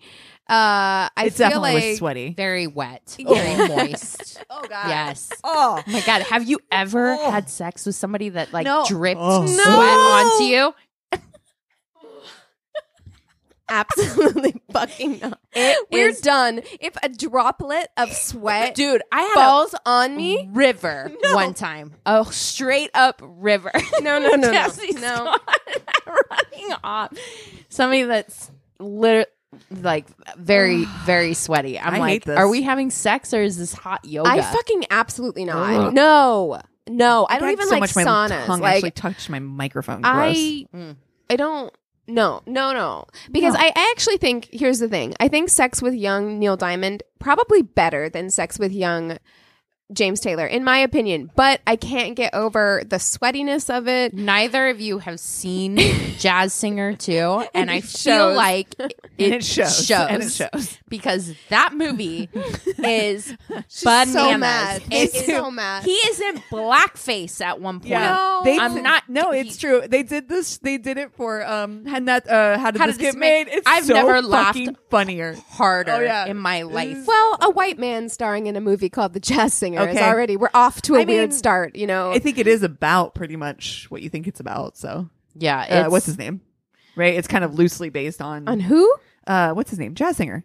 S3: Uh, I
S1: it
S3: feel
S1: definitely
S3: like
S1: was sweaty.
S2: Very wet.
S3: Yeah.
S2: Very moist.
S3: oh god,
S2: yes.
S1: Oh.
S2: Oh my god, have you ever had sex with somebody that like
S3: No.
S2: dripped
S1: Oh.
S2: sweat
S3: No.
S2: onto you?
S3: absolutely fucking not. We're
S2: is-
S3: done. If a droplet of sweat
S2: Dude, I had
S3: falls on
S2: a
S3: me,
S2: river one time. A straight up river.
S3: no, no, no, no,
S2: Jesse's
S3: no.
S2: gone. running off. Somebody that's literally like very, very sweaty. I'm
S1: I
S2: like,
S1: hate this.
S2: are we having sex or is this hot yoga?
S3: I fucking absolutely not.
S1: Ugh.
S3: No, no, I don't
S1: Gagged
S3: even
S1: so
S3: like
S1: much My
S3: saunas.
S1: tongue
S3: like
S1: actually touched my microphone. Gross.
S3: I
S2: Mm.
S3: I don't no no no because I, I actually think here's the thing I think sex with young Neil Diamond probably better than sex with young James Taylor in my opinion but I can't get over the sweatiness of it
S2: Neither of you have seen Jazz Singer too, and I feel
S3: shows.
S2: like it,
S1: And it shows. And it
S2: shows because that movie is
S3: But
S2: bananas.
S3: so mad
S2: It's-
S3: it's so mad
S2: he is in blackface at one point.
S3: No,
S1: They
S2: I'm
S1: did-
S2: not-
S1: No,
S2: he-
S1: it's true. They did this. They did it for um. And that uh, how did
S2: How
S1: this
S2: Did
S1: get
S2: This
S1: made?
S2: Make-
S1: It's
S2: I've
S1: so
S2: never laughed
S1: fucking funnier.
S2: Harder
S1: Oh, yeah.
S2: in my life.
S3: well a white man starring in a movie called The Jazz Singer is
S1: Okay.
S3: already we're off to a
S1: I
S3: weird
S1: mean,
S3: start you know
S1: I think it is about pretty much what you think it's about. So
S2: Yeah,
S1: uh,
S2: it's-
S1: what's his name? Right, it's kind of loosely based on,
S3: on who
S1: uh, what's his name, jazz singer.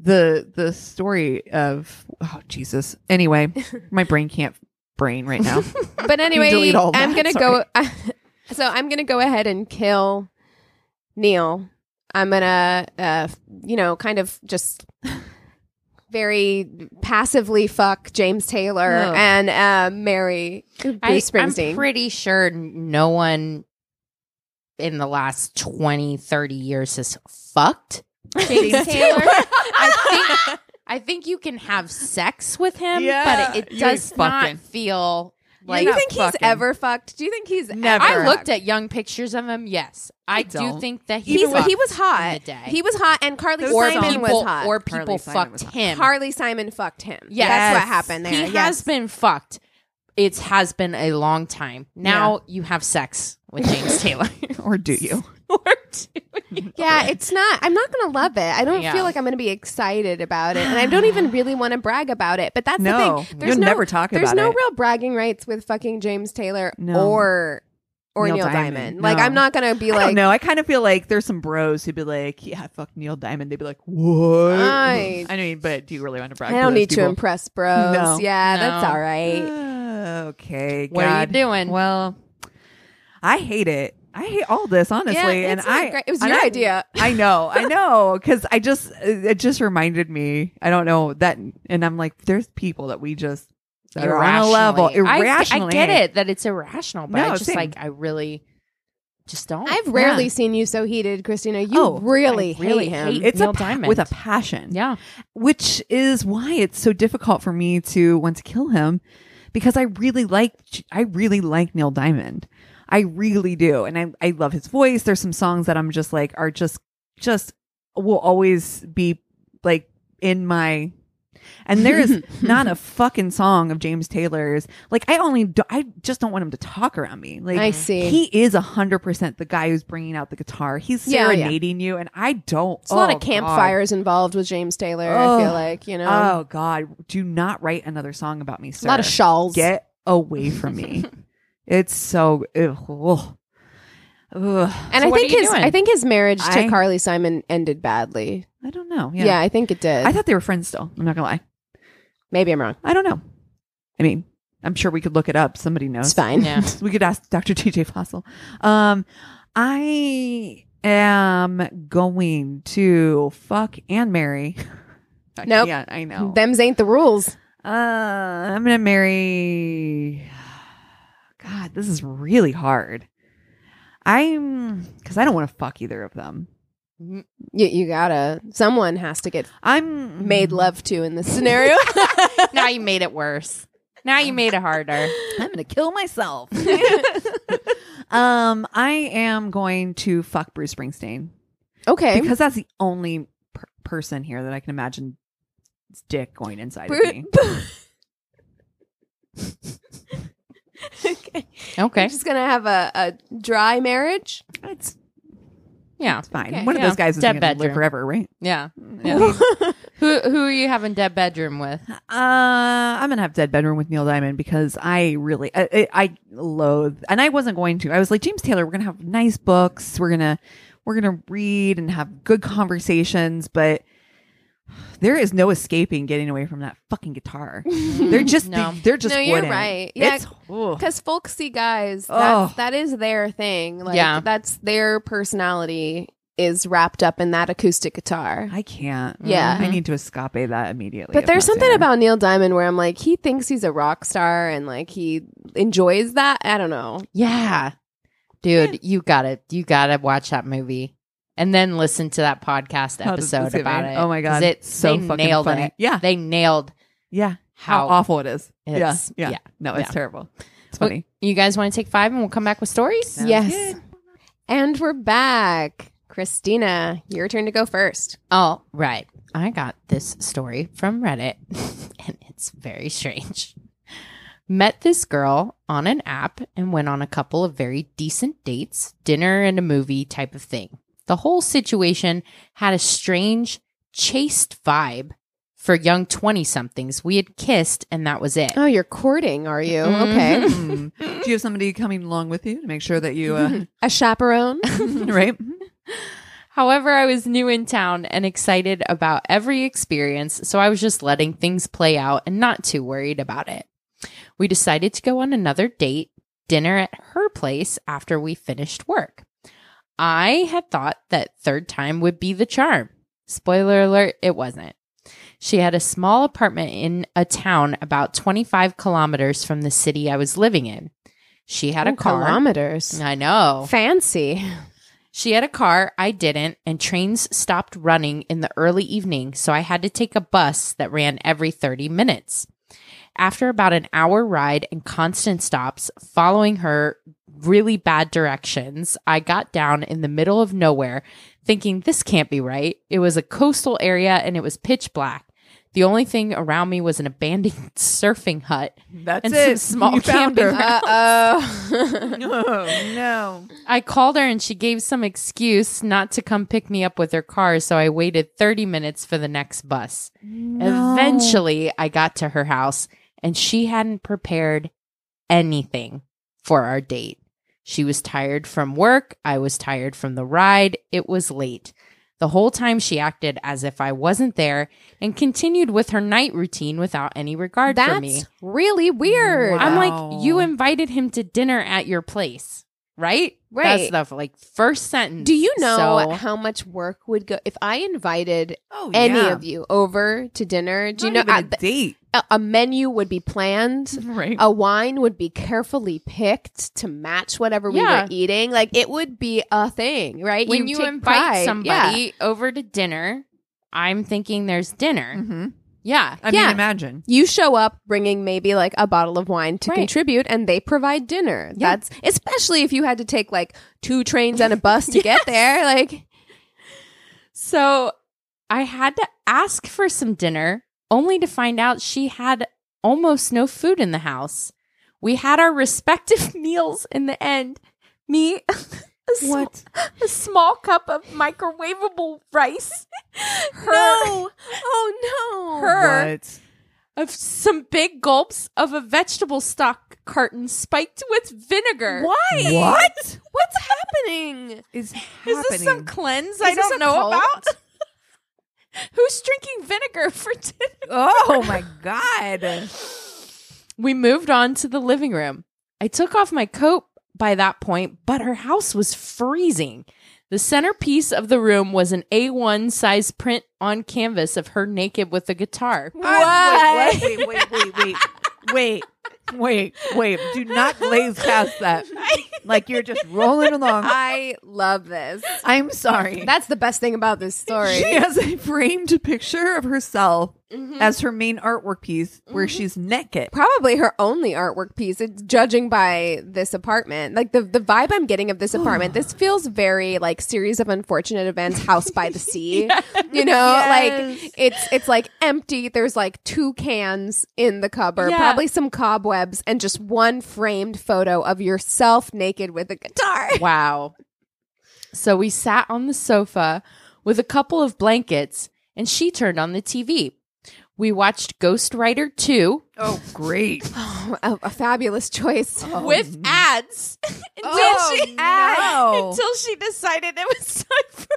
S1: The the story of oh Jesus. Anyway, my brain can't brain right now.
S3: but anyway,
S1: delete all
S3: I'm gonna
S1: that,
S3: go. so I'm gonna go ahead and kill Neil. I'm gonna, uh, you know, kind of just very passively fuck James Taylor
S1: Ugh.
S3: and uh, marry Bruce
S2: I,
S3: Springsteen.
S2: I'm pretty sure no one in the last 20, 30 years has fucked James Taylor. I think I think you can have sex with him,
S1: Yeah,
S2: but it,
S1: you
S2: does
S1: ain't
S2: not
S1: fucking.
S2: feel like
S3: Do you think he's
S1: fucking-
S3: ever fucked? Do you think he's
S1: Never.
S3: Ever
S2: I looked
S3: fucked?
S2: at young pictures of him. Yes, I, do
S1: don't.
S2: think that he
S3: He's,
S2: fucked
S3: he was hot.
S2: in the day.
S3: He was hot, and Carly
S1: Those
S2: or
S3: Simon
S2: people,
S3: was hot.
S2: or
S1: Carly
S2: people
S1: Simon
S2: fucked
S1: was hot.
S2: him.
S3: Carly Simon fucked him.
S2: Yes.
S3: that's what happened there. Yes.
S2: he has been fucked. It has been a long time. Now you have sex with James Taylor.
S1: or do you?
S2: or do
S3: Yeah, it's not. I'm not going to love it. I don't
S2: Yeah.
S3: feel like I'm going to be excited about it, and I don't even really want to brag about it. But that's
S1: No,
S3: the thing.
S1: you'll never talk
S3: There's
S1: about
S3: no
S1: it.
S3: real bragging rights with fucking James Taylor
S1: No.
S3: or or Neil,
S1: Neil
S3: Diamond.
S1: Diamond.
S3: Like
S1: No.
S3: I'm not going to be
S1: I
S3: like
S1: don't know. I kind of feel like there's some bros who'd be like, "Yeah, fuck Neil Diamond." They'd be like, "What?"
S3: I-
S1: I mean, but do you really want to brag?
S3: I don't
S1: those
S3: need to
S1: people?
S3: impress bros.
S1: No.
S3: Yeah, that's
S2: No.
S3: all right.
S1: Uh, okay,
S2: What are you
S1: God.
S2: doing?
S1: Well, I hate it. I hate all this honestly,
S3: Yeah,
S1: and
S3: it's not
S1: I
S3: great. It was
S1: and
S3: your
S1: I-
S3: idea.
S1: I know, I know, because I just it just reminded me. I don't know that, and I'm like, there's people that we just that are on a level
S2: I- I,
S1: irrationally.
S2: get it that it's irrational, but I
S1: No,
S2: just
S1: same.
S2: like I really just don't.
S3: I've rarely
S1: Yeah.
S3: seen you so heated, Christina. You
S1: Oh, I
S3: really,
S2: I really
S3: hate him.
S2: hate
S1: It's
S2: Neil
S1: a pa-
S2: Diamond
S1: with a passion,
S2: yeah.
S1: which is why it's so difficult for me to want to kill him because I really like I really like Neil Diamond. I really do. And I, I love his voice. There's some songs that I'm just like are just just will always be like in my And there is not a fucking song of James Taylor's. Like I only, do, I just don't want him to talk around me. Like
S3: I see.
S1: he is hundred percent the guy who's bringing out the guitar. He's
S3: Yeah, yeah.
S1: serenading you, and I don't.
S3: It's a lot
S1: oh,
S3: of campfires involved with James Taylor. I feel
S1: Oh.
S3: like you know,
S1: God. Oh God, do not write another song about me, sir.
S3: Um, a lot of shawls.
S1: Get away from me. it's so. Ugh, ugh. Ugh.
S3: and
S2: So
S3: I
S2: what
S3: think
S2: are you
S3: his
S2: doing?
S3: I think his marriage to
S1: I-
S3: Carly Simon ended badly.
S1: I don't know.
S3: Yeah, I think it did.
S1: I thought they were friends still. I'm not gonna lie.
S3: Maybe I'm wrong.
S1: I don't know. I mean, I'm sure we could look it up. Somebody knows.
S3: It's fine.
S2: Yeah.
S1: We could ask Dr. TJ Fossil. Um, I am going to fuck and marry. I
S3: Nope.
S1: can't, I know.
S3: Them's ain't the rules.
S1: uh, I'm gonna marry. God, this is really hard. I'm because I don't want to fuck either of them.
S3: You, you gotta. Someone has to get
S1: I'm
S3: made love to in this scenario.
S2: now you made it worse. Now you made it harder.
S1: I'm gonna kill myself. um, I am going to fuck Bruce Springsteen
S3: okay.
S1: because that's the only per- person here that I can imagine s- dick going inside
S3: Bru-
S1: of me.
S3: okay.
S2: Okay.
S3: You're just gonna have a, a dry marriage.
S1: It's
S2: Yeah.
S1: fine.
S3: Okay,
S1: One of
S2: yeah.
S1: those guys is
S2: Dead
S1: gonna live
S2: bedroom.
S1: forever, right?
S2: Yeah. yeah. who who are you having dead bedroom with?
S1: Uh, I'm gonna have dead bedroom with Neil Diamond because I really I, I, I loathe, and I wasn't going to. I was like James Taylor, we're gonna have nice books, we're gonna we're gonna read and have good conversations, but there is no escaping getting away from that fucking guitar. they're just
S2: No.
S1: they're just
S3: No, you're
S1: wooden.
S3: right. Yeah.
S1: It's- ugh.
S3: Because folksy guys,
S1: Oh.
S3: that's, that is their thing. Like,
S2: Yeah.
S3: that's their personality is wrapped up in that acoustic guitar.
S1: I can't.
S3: Yeah.
S1: I need to escape that immediately.
S3: But
S1: if
S3: there's
S1: not
S3: something
S1: sooner.
S3: about Neil Diamond where I'm like, he thinks he's a rock star and like he enjoys that. I don't know.
S2: Yeah. Dude, you got it. You got to watch that movie and then listen to that podcast
S1: How does this
S2: episode
S1: get
S2: about
S1: made?
S2: it.
S1: Oh my
S2: 'Cause
S1: god,
S2: It's
S1: so
S2: so
S1: fucking
S2: nailed
S1: funny.
S2: it.
S1: Yeah,
S2: They nailed
S1: yeah. How
S2: how,
S1: awful it is.
S2: it
S1: Yeah,
S2: is.
S1: yeah,
S2: Yeah.
S1: No, it's
S2: Yeah.
S1: terrible. It's
S2: Well,
S1: funny.
S2: You guys want to take 5 and we'll come back with stories?
S1: Sounds
S3: yes.
S1: good.
S3: And we're back. Christina, your turn to go first.
S2: All Oh, right. I got this story from Reddit and it's very strange. Met this girl on an app and went on a couple of very decent dates, dinner and a movie type of thing. The whole situation had a strange, chaste vibe for young 20 somethings. We had kissed and that was it.
S3: Oh, you're courting, are you? Okay.
S1: Mm. Do you have somebody coming along with you to make sure that you, uh,
S3: A chaperone?
S1: right?
S2: However, I was new in town and excited about every experience, so I was just letting things play out and not too worried about it. We decided to go on another date, dinner at her place after we finished work. I had thought that third time would be the charm. Spoiler alert, it wasn't. She had a small apartment in a town about 25 kilometers from the city I was living in. She had a car.
S3: kilometers.
S2: I know.
S3: Fancy.
S2: She had a car, I didn't, and trains stopped running in the early evening, so I had to take a bus that ran every 30 minutes. After about an hour ride and constant stops, following her really bad directions, I got down in the middle of nowhere thinking this can't be right. It was a coastal area and it was pitch black. The only thing around me was an abandoned surfing hut
S1: That's
S2: and
S1: it.
S2: some small
S1: You found
S2: camping
S1: her.
S2: grounds.
S3: Uh-oh.
S1: Oh, no.
S2: I called her and she gave some excuse not to come pick me up with her car, so I waited 30 minutes for the next bus. Eventually, I got to her house and she hadn't prepared anything for our date. She was tired from work. I was tired from the ride. It was late. The whole time she acted as if I wasn't there and continued with her night routine without any regard for me.
S3: That's really weird.
S1: Wow.
S2: I'm like, you invited him to dinner at your place, right?
S3: Right.
S2: That's the like first sentence.
S3: Do you know
S2: So-
S3: how much work would go if I invited
S1: Oh,
S3: any
S1: yeah.
S3: of you over to dinner? Do you know
S1: Not even
S3: I-
S1: a date? Oh.
S3: a, a menu would be planned?
S1: Right.
S3: A wine would be carefully picked to match whatever we
S2: Yeah.
S3: were eating. Like it would be a thing, right?
S2: when you,
S3: take
S2: invite
S3: pride.
S2: somebody over to dinner, I'm thinking there's dinner.
S3: Mm-hmm.
S1: hmm
S2: Yeah.
S1: I
S3: Yeah.
S1: mean, imagine.
S3: you show up bringing maybe like a bottle of wine to
S2: Right.
S3: contribute and they provide dinner
S2: Yeah.
S3: that's especially if you had to take like two trains and a bus to get there like
S2: So I had to ask for some dinner only to find out she had almost no food in the house. We had our respective meals in the end. Me, a sm-
S1: What?
S2: a small cup of microwavable rice. Her,
S3: Oh no.
S2: her
S1: What?
S2: of some big gulps of a vegetable stock carton spiked with vinegar.
S3: Why?
S1: What
S3: What's happening?
S1: is
S2: Is
S1: happening?
S2: this some cleanse I
S3: Is this
S2: don't
S3: a
S2: know
S3: cult?
S2: about? Who's drinking vinegar for dinner?
S1: oh my god!
S2: We moved on to the living room. I took off my coat by that point, but her house was freezing. The centerpiece of the room was an A1 size print on canvas of her naked with a guitar.
S1: I- Wait, wait, wait, wait, wait, wait, wait, wait. Do not glaze past that. Like you're just rolling along.
S3: I love this.
S1: I'm sorry.
S3: That's the best thing about this story.
S1: She has a framed picture of herself
S3: Mm-hmm.
S1: as her main artwork piece where she's naked.
S3: Probably her only artwork piece, it's judging by this apartment. Like the, the vibe I'm getting of this apartment, this feels very like series of unfortunate events, house by the sea. You know,
S1: Yes.
S3: like it's it's like empty. There's like two cans in the cupboard,
S2: Yeah.
S3: probably some cobwebs, and just one framed photo of yourself naked with a guitar.
S2: Wow. So we sat on the sofa with a couple of blankets and she turned on the TV. We watched Ghost Rider 2
S1: Oh, great.
S3: Oh, a, a fabulous choice.
S2: with ads until
S1: Oh,
S2: she
S1: no.
S2: until she decided it was time for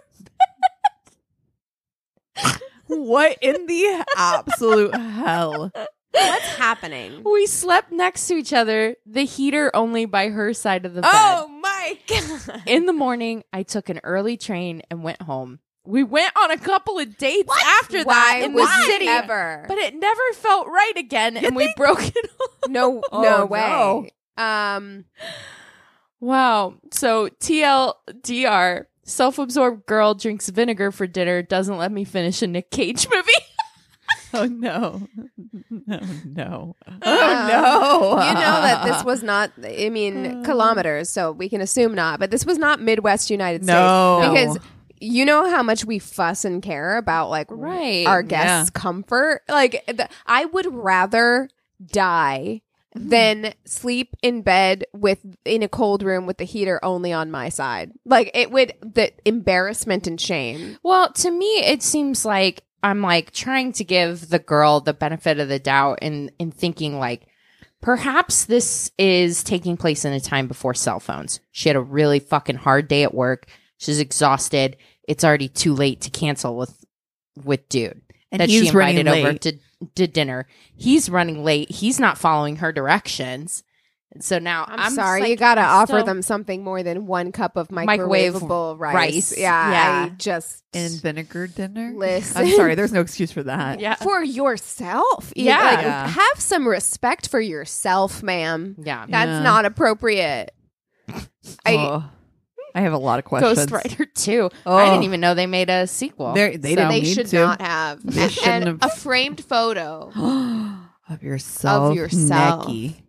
S1: What in the absolute hell?
S3: What's happening?
S2: We slept next to each other, the heater only by her side of the bed.
S3: my god.
S2: In the morning, I took an early train and went home. We went on a couple of dates after that
S3: Why
S2: in
S3: would
S2: the
S3: you
S2: city.
S3: ever?
S2: But it never felt right again and we broke it
S3: no,
S1: Oh,
S3: no
S1: no.
S3: way. Um,
S2: Wow. So TLDR, self absorbed girl drinks vinegar for dinner, doesn't let me finish a Nick Cage movie.
S1: Oh, no. No, no.
S3: Oh,
S1: no.
S3: you know that this was not i
S2: Mm.
S3: mean kilometers so we can assume not but this was not midwest united
S1: No.
S3: states because you know how much we fuss and care about like
S2: Right.
S3: our guests comfort like the, i would rather die
S2: Mm.
S3: than sleep in bed with in a cold room with the heater only on my side like it would the embarrassment and shame
S2: well, to me, it seems like I'm like trying to give the girl the benefit of the doubt and in thinking like, Perhaps this is taking place in a time before cell phones. She had a really fucking hard day at work. She's exhausted. It's already too late to cancel with with dude.
S1: And
S2: that she
S1: he's running
S2: invited over
S1: late.
S2: to, to dinner. He's running late. He's not following her directions. And so now
S3: i'm,
S2: I'm, just
S3: sorry
S2: like,
S3: you gotta
S2: I'm
S3: offer
S2: still-
S3: them something more than one cup of
S2: Microwave
S3: microwavable rice.
S2: rice.
S3: yeah,
S2: Yeah.
S3: i just
S1: And vinegar dinner?
S3: Listen.
S1: I'm sorry. There's no excuse for that.
S2: Yeah.
S3: for yourself. even.
S2: Yeah.
S3: Like,
S1: Uh, Yeah.
S3: Have some respect for yourself, ma'am.
S2: Yeah.
S3: That's
S1: Yeah.
S3: not appropriate. I-
S1: Oh, I have a lot of questions.
S2: Ghost Rider 2.
S1: Oh.
S2: I didn't even know they made a sequel.
S1: They're- they
S2: So-
S1: don't
S3: They
S1: need
S3: should
S1: to.
S3: not have.
S1: They
S3: And-
S1: shouldn't
S3: and
S1: have.
S3: a framed photo.
S1: of yourself,
S3: yourself.
S1: Nicky,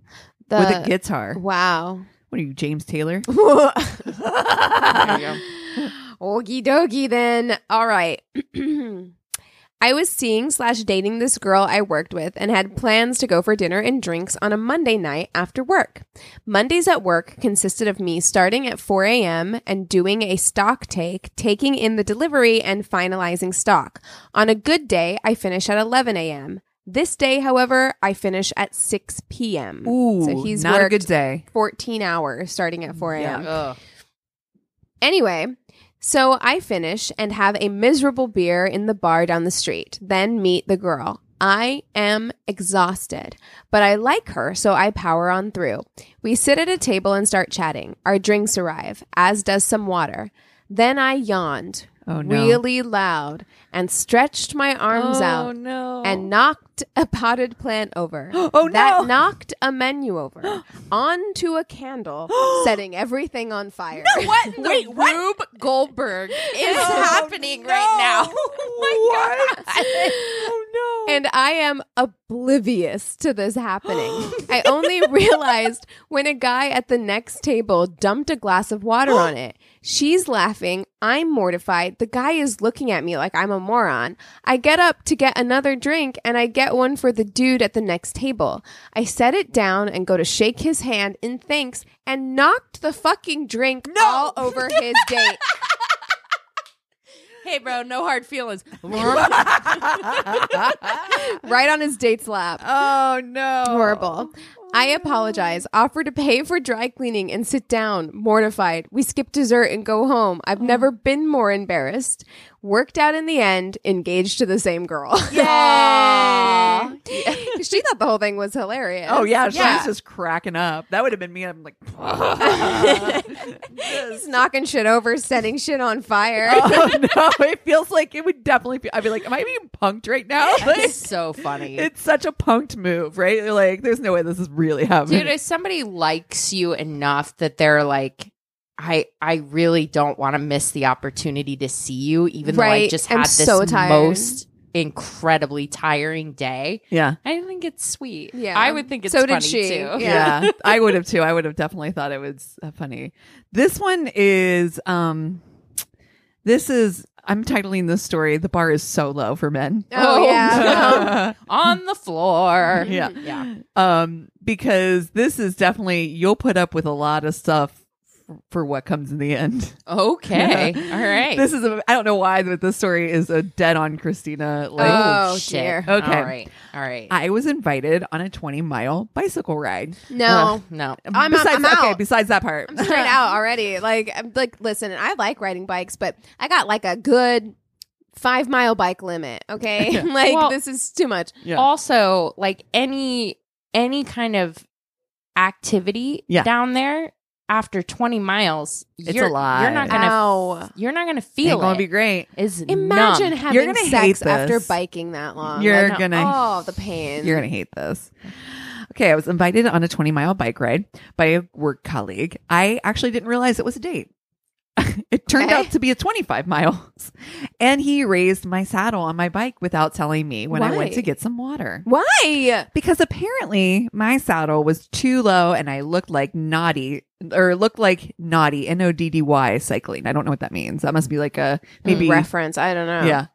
S3: The,
S1: with a guitar.
S3: wow.
S1: What are you, James Taylor?
S2: there you go.
S3: Okie dokie then. All right. I was seeing slash dating this girl I worked with and had plans to go for dinner and drinks on a Monday night after work. Mondays at work consisted of me starting at 4 a.m. and doing a stock take, taking in the delivery and finalizing stock. On a good day, I finish at 11 a.m. This day, however, I finish at 6 p.m.
S1: Ooh,
S3: so he's
S1: not a
S3: worked
S1: good day.
S3: 14 hours starting at 4 a.m.
S2: Ugh.
S3: Anyway, so I finish and have a miserable beer in the bar down the street, then meet the girl. I am exhausted, but I like her, so I power on through. We sit at a table and start chatting. Our drinks arrive, as does some water. Then I yawned
S1: Oh, no. Oh,
S3: really loud and stretched my arms out
S2: Oh, no.
S3: and knocked a potted plant over.
S1: Oh,
S3: that
S1: no.
S3: knocked a menu over onto a candle, setting everything on fire.
S2: what Oh, in the Wait, Rube Goldberg is happening right now?
S1: what? oh no!
S3: and I am oblivious to this happening. I only realized when a guy at the next table dumped a glass of water on it. She's laughing. I'm mortified. The guy is looking at me like I'm a moron. I get up to get another drink and I get one for the dude at the next table. I set it down and go to shake his hand in thanks and knocked the fucking drink all over his date.
S2: Hey, bro, no hard feelings.
S3: right on his date's lap.
S1: Oh no.
S3: Horrible.
S1: Oh.
S3: I apologize. Offer to pay for dry cleaning and sit down, mortified. We skip dessert and go home.
S1: Oh.
S3: I've never been more embarrassed. Worked out in the end, engaged to the same girl.
S2: Aw.
S3: she thought the whole thing was hilarious.
S1: Oh yeah, she
S3: Yeah.
S1: was just cracking up. That would have been me. I'm like, Oh,
S3: He's knocking shit over, setting shit on fire.
S1: oh no, it feels like it would definitely. Be, I'd be like, am I being punked right now? Like,
S2: That's so funny.
S1: it's such a punked move, right? You're like, there's no way this is really happening.
S2: Dude, if somebody likes you enough that they're like, I I really don't want to miss the opportunity to see you, even though I
S3: Right.
S2: just had
S3: I'm
S2: this
S3: so tired.
S2: most incredibly tiring day.
S1: yeah.
S2: I think it's sweet.
S3: Yeah.
S2: I would think it's
S3: So did
S2: funny
S3: she.
S2: too.
S3: Yeah.
S1: yeah, I would have too. I would have definitely thought it was uh, funny. This one is um this is I'm titling this story The Bar is So Low for Men. Um,
S3: Oh, yeah.
S2: On the floor.
S1: Yeah.
S2: Yeah.
S1: um because this is definitely you'll put up with a lot of stuff f- for what comes in the end.
S2: Okay. All right.
S1: This is a, I don't know why but this story is a dead on Christina like
S3: Oh,
S2: shit.
S3: dear.
S1: Okay.
S2: All right. All right.
S1: I was invited on a 20 mile bicycle ride.
S3: no.
S2: no.
S3: I'm- I'm
S1: besides, okay,
S3: out.
S1: besides that part.
S3: I'm straight out already. Like, I'm like, listen, I like riding bikes, but I got like a good five mile bike limit. Okay, like
S2: Well-
S3: this is too much.
S1: Yeah.
S2: also like any any kind of activity
S1: Yeah.
S2: down there after 20 miles
S1: It's a
S2: you're,
S1: lot.
S2: you're not gonna
S3: Ow.
S2: you're not gonna
S1: Ain't
S2: feel
S1: gonna
S2: it
S1: be great.
S2: is
S3: Imagine
S2: numb.
S3: having
S1: gonna hate
S3: sex after
S1: this.
S3: biking that long.
S1: You're gonna-
S3: oh the pain.
S1: You're going to hate this. Okay, I was invited on a 20 mile bike ride by a work colleague. I actually didn't realize it was a date. it turned
S3: Okay.
S1: out to be a 25 miles. And he raised my saddle on my bike without telling me when I went
S3: Why?
S1: to get some water.
S3: Why?
S1: Because apparently my saddle was too low and I looked like naughty or looked like naughty, N O D D Y cycling. I don't know what that means. That must be like a maybe
S3: reference. I don't know.
S1: yeah.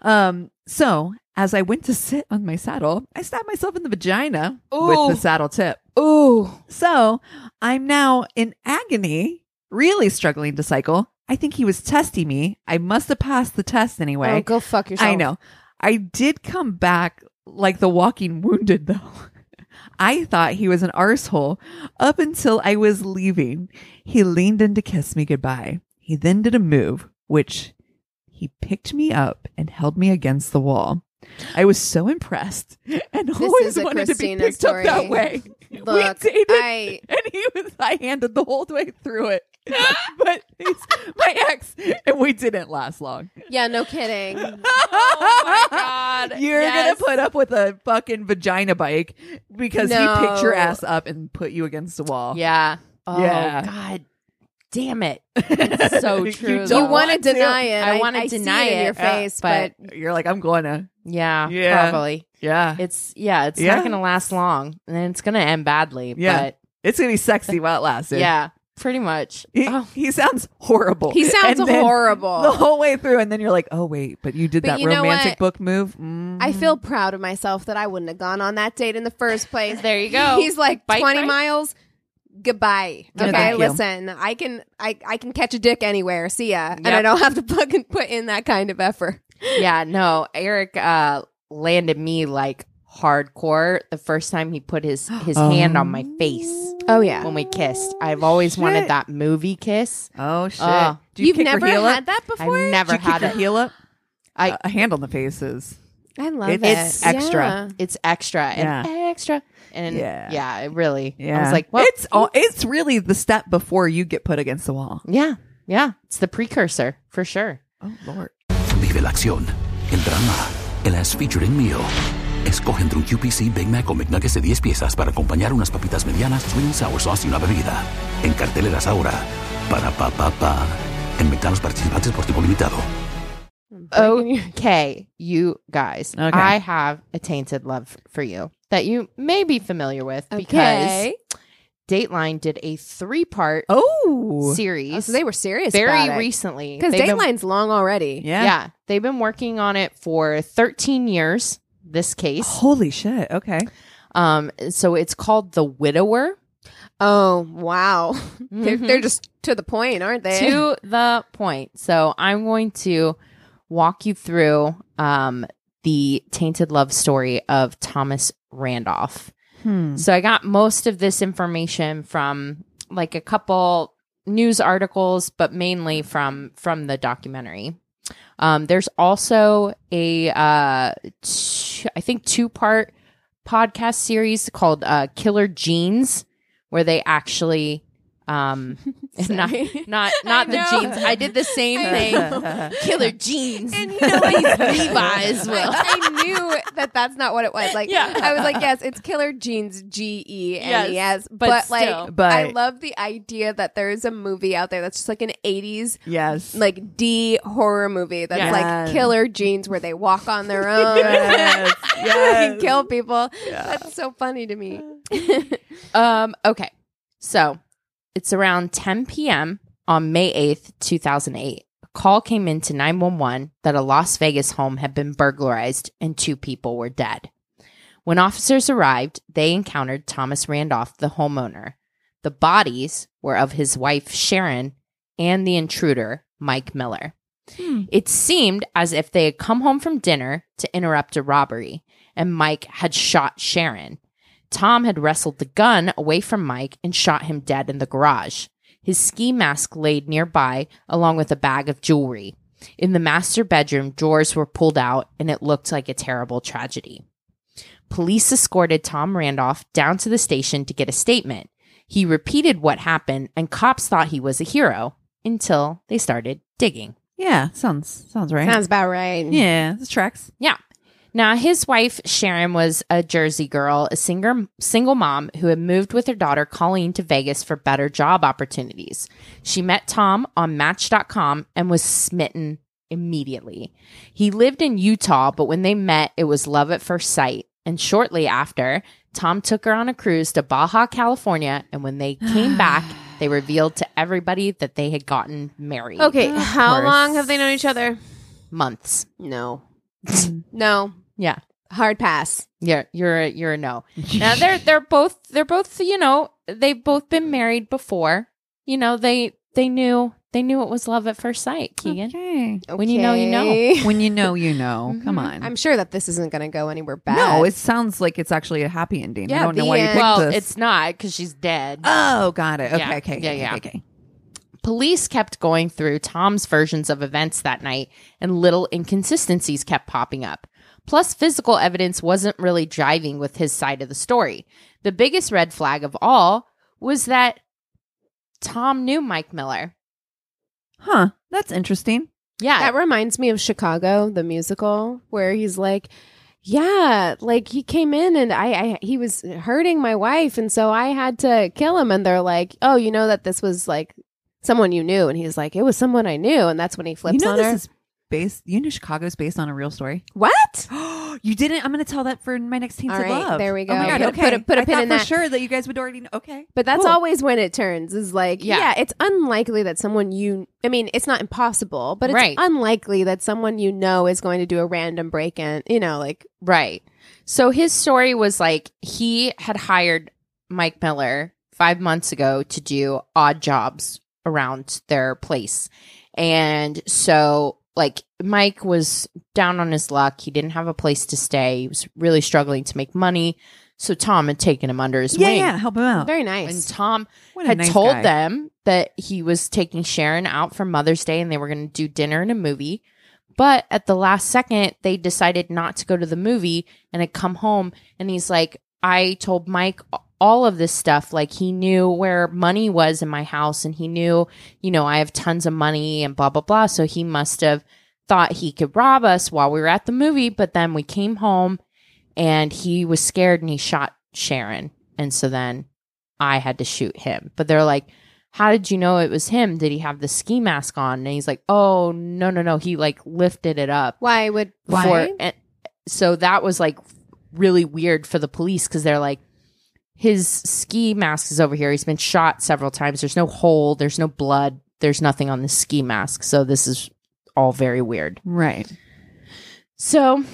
S1: Um, so as I went to sit on my saddle, I stabbed myself in the vagina with
S2: Ooh.
S1: the saddle tip.
S2: ooh
S1: So I'm now in agony, really struggling to cycle. I think he was testing me. I must have passed the test
S3: Oh,
S1: anyway.
S3: go fuck yourself.
S1: I know. I did come back like the walking wounded though. I thought he was an arsehole up until I was leaving. He leaned in to kiss me goodbye. He then did a move, which he picked me up and held me against the wall. I was so impressed and always
S3: is a
S1: wanted
S3: Christina
S1: to be picked
S3: story.
S1: up that way.
S3: Look,
S1: we dated,
S3: I-
S1: and he was I handed the whole way through it. but he's my ex, and we didn't last long.
S3: Yeah, no kidding.
S2: oh my god
S1: You're
S2: Yes.
S1: gonna put up with a fucking vagina bike because he picked your
S3: No.
S1: ass up and put you against the wall.
S2: yeah oh
S1: Yeah.
S2: god damn it It's so
S1: You
S2: true,
S1: don't
S2: though.
S3: you want to deny it.
S2: I wanna
S3: see
S2: deny
S3: in
S2: it,
S3: your face,
S2: but-
S3: but,
S1: You're like, I'm going to.
S2: yeah,
S1: Yeah.
S2: probably
S1: Yeah,
S2: it's yeah it's
S1: Yeah.
S2: not gonna last long and it's gonna end badly
S1: Yeah.
S2: but
S1: it's gonna be sexy while it lasts. dude.
S2: yeah pretty much
S1: He,
S2: oh,
S1: he sounds horrible.
S3: he sounds
S1: And then
S3: horrible.
S1: the whole way through, and then you're like, oh wait, but you did
S3: But
S1: that
S3: you know
S1: romantic
S3: what?
S1: book move. Mm.
S3: I feel proud of myself that I wouldn't have gone on that date in the first place.
S2: there you go
S3: He's like
S2: Bike
S3: 20
S2: ride?
S3: miles. Goodbye.
S1: No,
S3: okay,
S1: thank you.
S3: listen. I can I I can catch a dick anywhere. See ya. And
S2: Yep.
S3: I don't have to fucking put in that kind of effort.
S2: yeah, no, Eric uh, landed me like hardcore the first time he put his his hand on my face
S3: Oh yeah.
S2: when we kissed. I've always wanted
S1: Shit.
S2: that movie kiss.
S1: Oh shit!
S2: Oh.
S1: Do you
S3: You've
S1: kick
S3: never
S1: your heel
S3: had
S1: up?
S3: that before?
S2: I've
S1: Do
S2: never
S1: you kick
S2: had
S1: your
S2: it.
S1: heel up?
S2: I-
S1: A- a hand on the face is.
S3: I love
S1: It's
S3: it.
S1: extra.
S3: Yeah.
S2: It's extra and extra and yeah,
S1: Yeah.
S2: it really.
S1: Yeah,
S2: I was like, well,
S1: it's all, it's really the step before you get put against the wall.
S2: yeah, yeah, it's the precursor for sure.
S1: Oh lord.
S4: Vive la acción, el drama, el as featuring meal. Escoge entre un QPC Big Mac o McNuggets de 10 piezas para acompañar unas papitas medianas, sweet and sour sauce y una bebida. En carteleras ahora, para pa pa pa. En mercados participantes por tiempo limitado.
S3: Oh,
S2: Okay, you guys,
S1: Okay.
S2: I have a tainted love for you that you may be familiar with because
S3: Okay.
S2: Dateline did a three part
S1: Oh,
S2: series
S3: Oh, so they were serious
S2: very
S3: about it.
S2: recently.
S3: Because
S2: They've been-
S3: Dateline's long already.
S1: yeah.
S2: yeah. they've been working on it for 13 years, this case.
S1: Holy shit. Okay.
S2: Um, so it's called The Widower.
S3: Oh wow, they're,
S2: Mhm.
S3: they're just to the point, aren't they?
S2: to the point. So I'm going to walk you through um, the tainted love story of Thomas Randolph.
S1: Hmm.
S2: So I got most of this information from like a couple news articles, but mainly from from the documentary. Um, there's also a uh, t- I think two part podcast series called uh, Killer Genes, where they actually um, not not not the
S3: know.
S2: jeans. I did the same thing. Killer jeans.
S3: And you know what?
S2: Levi's
S3: I,
S2: will.
S3: I knew that that's not what it was. Like, I was like, yes, it's Killer Jeans, G E N E S.
S2: but
S3: But,
S2: still.
S3: like,
S1: But-
S3: I love the idea that there is a movie out there that's just like an '80s
S1: Yes.
S3: like D horror movie that's
S2: Yes.
S1: Yes.
S3: like Killer Jeans, where they walk on their own and kill people. That's so funny to me.
S2: Um. Okay. So it's around 10 p.m. on May 8th, 2008. A call came in to 911 that a Las Vegas home had been burglarized and two people were dead. When officers arrived, they encountered Thomas Randolph, the homeowner. The bodies were of his wife, Sharon, and the intruder, Mike Miller. It seemed as if they had come home from dinner to interrupt a robbery, and Mike had shot Sharon. Tom had wrestled the gun away from Mike and shot him dead in the garage. His ski mask laid nearby, along with a bag of jewelry. In the master bedroom, drawers were pulled out, and it looked like a terrible tragedy. Police escorted Tom Randolph down to the station to get a statement. He repeated what happened, and cops thought he was a hero until they started digging.
S1: yeah. Sounds sounds right.
S3: Sounds about right.
S1: yeah. This tracks.
S2: Yeah. Now, his wife, Sharon, was a Jersey girl, a singer, single mom who had moved with her daughter, Colleen, to Vegas for better job opportunities. She met Tom on Match.com and was smitten immediately. He lived in Utah, but when they met, it was love at first sight. And shortly after, Tom took her on a cruise to Baja, California. And when they came back, they revealed to everybody that they had gotten married.
S3: Okay, how
S2: course.
S3: long have they known each other?
S2: Months.
S3: No, no,
S2: Yeah.
S3: hard pass.
S2: Yeah, you're a, you're a no. Now they're they're both they're both you know they've both been married before. You know they they knew they knew it was love at first sight. Keegan,
S1: Okay.
S2: When you know, you know.
S3: Okay.
S1: When you know, you know. Come on.
S3: I'm sure that this isn't going to go anywhere bad.
S1: no, it sounds like it's actually a happy ending. I
S3: Yeah,
S1: don't know
S3: the
S1: why you
S3: end.
S1: picked
S2: well,
S1: this.
S2: it's not because she's dead.
S1: oh, got it. Okay,
S2: Yeah.
S1: okay,
S2: Yeah,
S1: okay,
S2: yeah.
S1: okay, okay.
S2: Police kept going through Tom's versions of events that night, and little inconsistencies kept popping up. Plus, physical evidence wasn't really driving with his side of the story. The biggest red flag of all was that Tom knew Mike Miller.
S1: Huh. That's interesting.
S2: Yeah,
S3: that reminds me of Chicago, the musical, where he's like, "Yeah, like he came in and I, I, he was hurting my wife, and so I had to kill him." And they're like, "Oh, you know that this was like someone you knew," and he's like, "It was someone I knew," and that's when he flips
S1: you know
S3: on
S1: this
S3: her.
S1: is based. You know Chicago's based on a real story.
S3: what?
S1: you didn't. I'm going to tell that for my next Tainted
S3: All right,
S1: Love.
S3: there we
S1: Oh
S3: go.
S1: my God,
S3: Put a-
S1: okay.
S3: put a- put a
S1: I
S3: pin
S1: thought
S3: in
S1: for
S3: that.
S1: sure that you guys would already. Know. Okay.
S3: But that's
S1: Cool.
S3: always when it turns. Is like,
S2: Yeah.
S3: yeah. it's unlikely that someone you. I mean, it's not impossible, but it's
S2: Right.
S3: unlikely that someone you know is going to do a random break in. You know, like
S2: Right. So his story was like he had hired Mike Miller five months ago to do odd jobs around their place. And so, like, Mike was down on his luck. He didn't have a place to stay. He was really struggling to make money. So Tom had taken him under his
S1: Yeah,
S2: wing.
S1: yeah. Help him out.
S3: very
S2: And
S3: nice.
S2: Tom
S1: What a
S2: had
S1: nice
S2: told
S1: guy.
S2: them that he was taking Sharon out for Mother's Day and they were going to do dinner and a movie. But at the last second, they decided not to go to the movie and had come home. And he's like, I told Mike all of this stuff. Like, he knew where money was in my house and he knew, you know, I have tons of money and blah, blah, blah. So he must have thought he could rob us while we were at the movie. But then we came home and he was scared and he shot Sharon. And so then I had to shoot him. But they're like, how did you know it was him? Did he have the ski mask on? And he's like, oh, no, no, no. He like lifted it up.
S3: Why would
S1: Why?
S2: for- and- so that was like really weird for the police because they're like, his ski mask is over here. He's been shot several times. There's no hole. There's no blood. There's nothing on the ski mask. So this is all very weird.
S1: Right.
S2: So,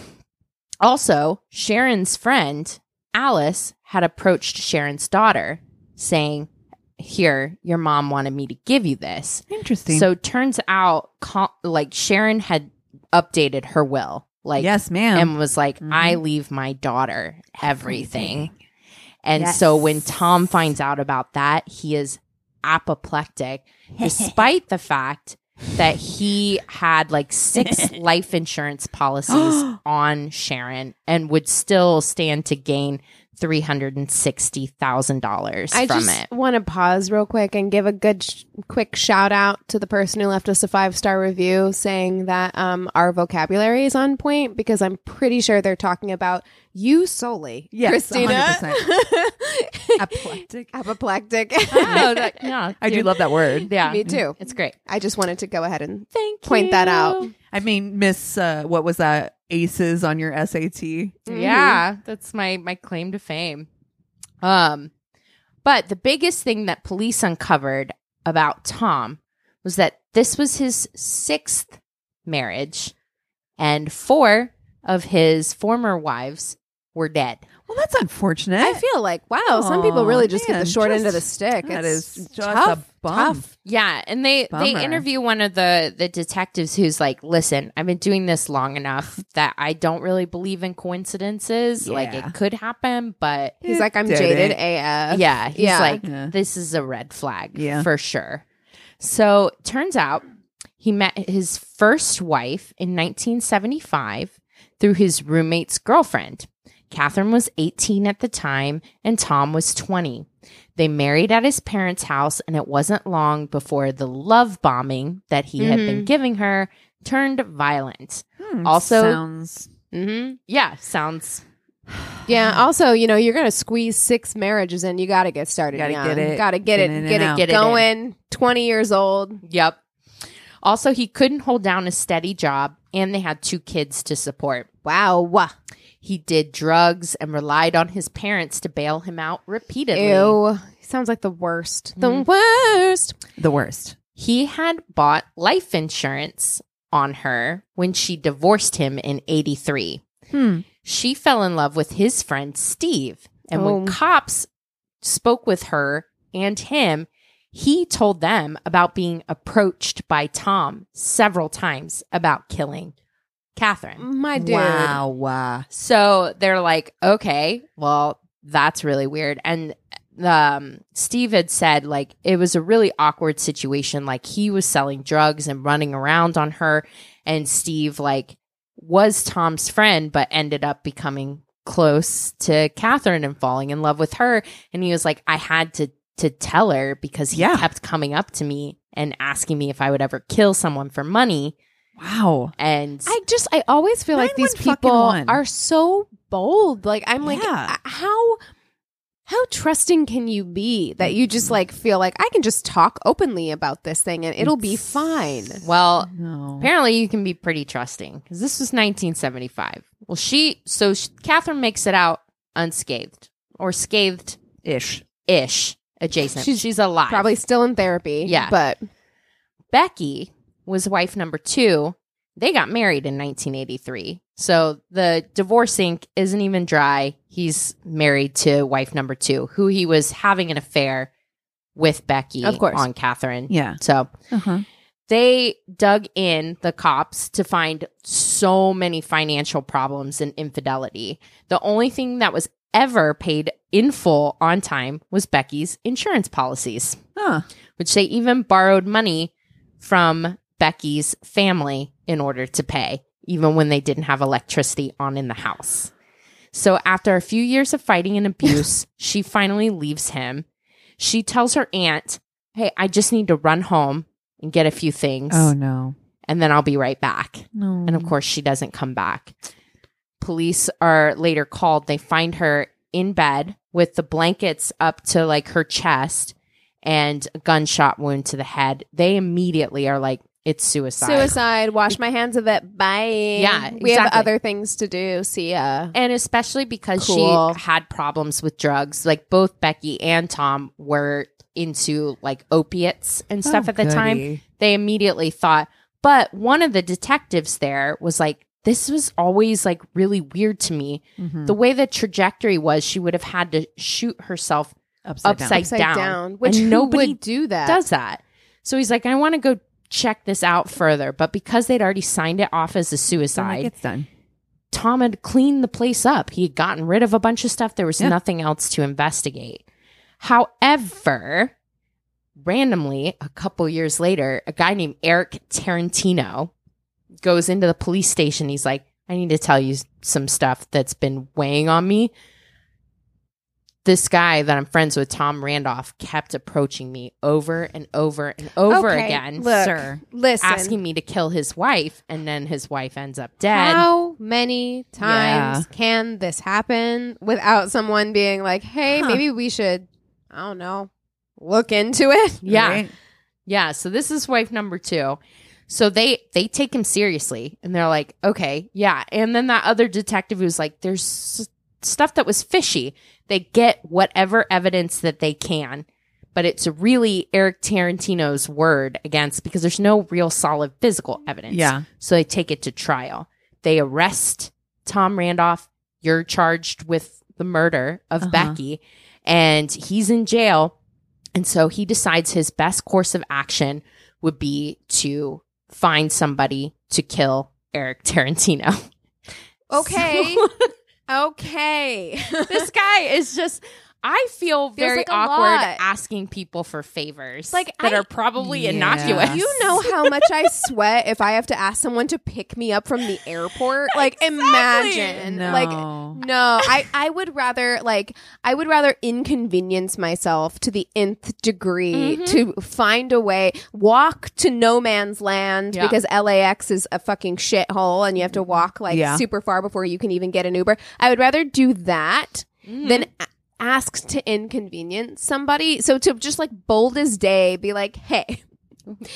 S2: also, Sharon's friend, Alice, had approached Sharon's daughter saying, Here, your mom wanted me to give you this.
S1: Interesting.
S2: So, turns out, co- like, Sharon had updated her will. Like,
S1: yes, ma'am.
S2: and was like,
S1: Mhm.
S2: I leave my daughter everything. And so when
S1: Yes.
S2: Tom finds out about that, he is apoplectic, despite the fact that he had like six life insurance policies on Sharon and would still stand to gain $360,000
S3: I
S2: from
S3: just
S2: it.
S3: want to pause real quick and give a good, sh- quick shout out to the person who left us a five star review saying that um, our vocabulary is on point because I'm pretty sure they're talking about you solely,
S1: Yes,
S3: Christina.
S1: 100%. Apoplectic.
S3: Apoplectic.
S2: No, that- no,
S1: I do
S2: dude.
S1: love Oh, that word.
S2: Yeah.
S3: Me too.
S2: It's great.
S3: I just wanted to go ahead and
S2: Thank
S3: Point that out.
S2: you.
S1: I mean, Miss, uh, what was that? Aces on your SAT.
S2: Yeah, that's my my claim to fame. Um but the biggest thing that police uncovered about Tom was that this was his 6th marriage and 4 of his former wives were dead.
S1: Well, that's unfortunate.
S3: I feel like wow, some people
S1: Aw,
S3: really just get
S1: man,
S3: the short end of
S1: just-
S3: the stick.
S1: that
S3: It's
S1: is just
S3: tough,
S1: a bum.
S3: tough.
S2: Yeah, and they
S1: Bummer.
S2: they interview one of the the detectives who's like, "Listen, I've been doing this long enough that I don't really believe in coincidences. Like
S1: Yeah.
S2: it could happen, but
S3: He's like, I'm
S1: Did
S3: jaded
S1: it. Uh-huh.
S3: AF.
S2: Yeah, he's
S3: Yeah.
S2: like,
S1: Yeah.
S2: this is a red flag
S1: Yeah.
S2: for sure. So turns out he met his first wife in 1975 through his roommate's girlfriend. Catherine was 18 at the time and Tom was 20. They married at his parents' house, and it wasn't long before the love bombing that he had been giving her turned violent.
S1: Hmm,
S2: Also-
S1: sounds
S2: Mm-hmm. Yeah, sounds
S1: Uh-huh.
S3: Yeah. Also, you know, you're gonna squeeze six marriages in. You got to get started.
S1: Gotta
S3: young.
S1: get it.
S3: Got to get,
S1: Get
S3: it.
S1: in
S3: Get
S1: and
S3: it.
S1: out.
S2: Get it in.
S3: going. Twenty years old.
S2: Yep. Also, he couldn't hold down a steady job and they had two kids to support.
S3: Wow. Wah.
S2: He did drugs and relied on his parents to bail him out repeatedly.
S3: Ew. Sounds like the worst. The
S1: Mm-hmm.
S3: worst.
S1: the worst.
S2: He had bought life insurance on her when she divorced him in 83.
S1: Hmm.
S2: She fell in love with his friend Steve. And
S3: Oh.
S2: when cops spoke with her and him, he told them about being approached by Tom several times about killing Catherine.
S3: My dude.
S1: Wow. Wow.
S2: So they're like, okay, well, that's really weird. And um, Steve had said, like, it was a really awkward situation. Like, he was selling drugs and running around on her. And Steve, like, was Tom's friend, but ended up becoming close to Catherine and falling in love with her. And he was like, I had to to tell her because he
S1: Yeah.
S2: kept coming up to me and asking me if I would ever kill someone for money.
S1: Wow.
S2: And
S3: I just I always feel like
S1: Nine
S3: these
S1: one fucking
S3: people
S1: one.
S3: are so bold. Like I'm like
S1: Yeah.
S3: uh, how how trusting can you be that you just like feel like I can just talk openly about this thing and it'll be fine.
S2: well,
S1: No.
S2: Apparently, you can be pretty trusting because this was 1975. Well, she so sh Catherine makes it out unscathed or scathed
S1: Ish.
S2: ish adjacent.
S3: She's
S2: She's, alive.
S3: Probably still in therapy.
S2: Yeah.
S3: But
S2: Becky was wife number two. They got married in 1983. So the divorce ink isn't even dry. He's married to wife number two, who he was having an affair with Becky
S3: Of course.
S2: on Catherine.
S1: Yeah.
S2: So
S1: Uh-huh.
S2: they dug in the cops to find so many financial problems and infidelity. The only thing that was ever paid in full on time was Becky's insurance policies,
S1: Huh.
S2: which they even borrowed money from Becky's family in order to pay, even when they didn't have electricity on in the house. So after a few years of fighting and abuse, she finally leaves him. She tells her aunt, "Hey, I just need to run home and get a few things."
S1: Oh no.
S2: and then I'll be right back.
S1: No.
S2: And of course, she doesn't come back. Police are later called. They find her in bed with the blankets up to like her chest and a gunshot wound to the head, they immediately are like, it's suicide.
S3: Suicide. Wash my hands of it. Bye.
S2: Yeah,
S3: we have
S2: exactly.
S3: other things to do. See ya.
S2: And especially because
S3: Cool.
S2: she had problems with drugs. Like both Becky and Tom were into like opiates and stuff
S1: Oh,
S2: at the time.
S1: goody.
S2: They immediately thought, but one of the detectives there was like, this was always like really weird to me.
S1: Mm-hmm.
S2: The way the trajectory was, she would have had to shoot herself
S1: Upside down.
S2: upside,
S3: Upside
S2: down,
S3: down. Which
S2: and
S3: nobody
S2: nobody
S3: would do that.
S2: does that. So he's like, I want to go check this out further. But because they'd already signed it off as a
S1: So I'm like,
S2: suicide,
S1: it's done.
S2: Tom had cleaned the place up. He had gotten rid of a bunch of stuff. There was
S1: Yeah.
S2: nothing else to investigate. However, randomly, a couple years later, a guy named Eric Tarantino goes into the police station. He's like, I need to tell you s- some stuff that's been weighing on me. This guy that I'm friends with, Tom Randolph, kept approaching me over and over and over
S3: Okay,
S2: again,
S3: look,
S1: sir.
S3: Listen.
S2: asking me to kill his wife. And then his wife ends up dead.
S3: How many times can this happen without someone being like, "Hey, maybe we should, I don't know, look into it."
S2: Yeah.
S1: Right?
S2: Yeah, so this is wife number 2. So they they take him seriously and they're like, "Okay, yeah." And then that other detective who's like, "There's s- stuff that was fishy." They get whatever evidence that they can, but it's really Eric Tarantino's word against because there's no real solid physical evidence.
S1: Yeah.
S2: So they take it to trial. They arrest Tom Randolph. You're charged with the murder of
S1: Uh-huh.
S2: Becky, and he's in jail. And so he decides his best course of action would be to find somebody to kill Eric Tarantino.
S3: Okay.
S2: So-
S3: okay.
S2: this guy is just. I feel very
S3: like a
S2: awkward
S3: lot.
S2: asking people for favors
S3: Like,
S2: that
S3: I-
S2: are probably
S1: Yeah.
S2: innocuous.
S3: You know how much I sweat if I have to ask someone to pick me up from the airport? Like imagine.
S1: No.
S3: Like no, I, I would rather like I would rather inconvenience myself to the nth degree
S2: Mm-hmm.
S3: to find a way walk to no man's land
S2: Yeah.
S3: because LAX is a fucking shithole and you have to walk like
S1: Yeah.
S3: super far before you can even get an Uber. I would rather do that
S2: Mm-hmm.
S3: than a- ask to inconvenience somebody. So to just like bold as day be like, hey,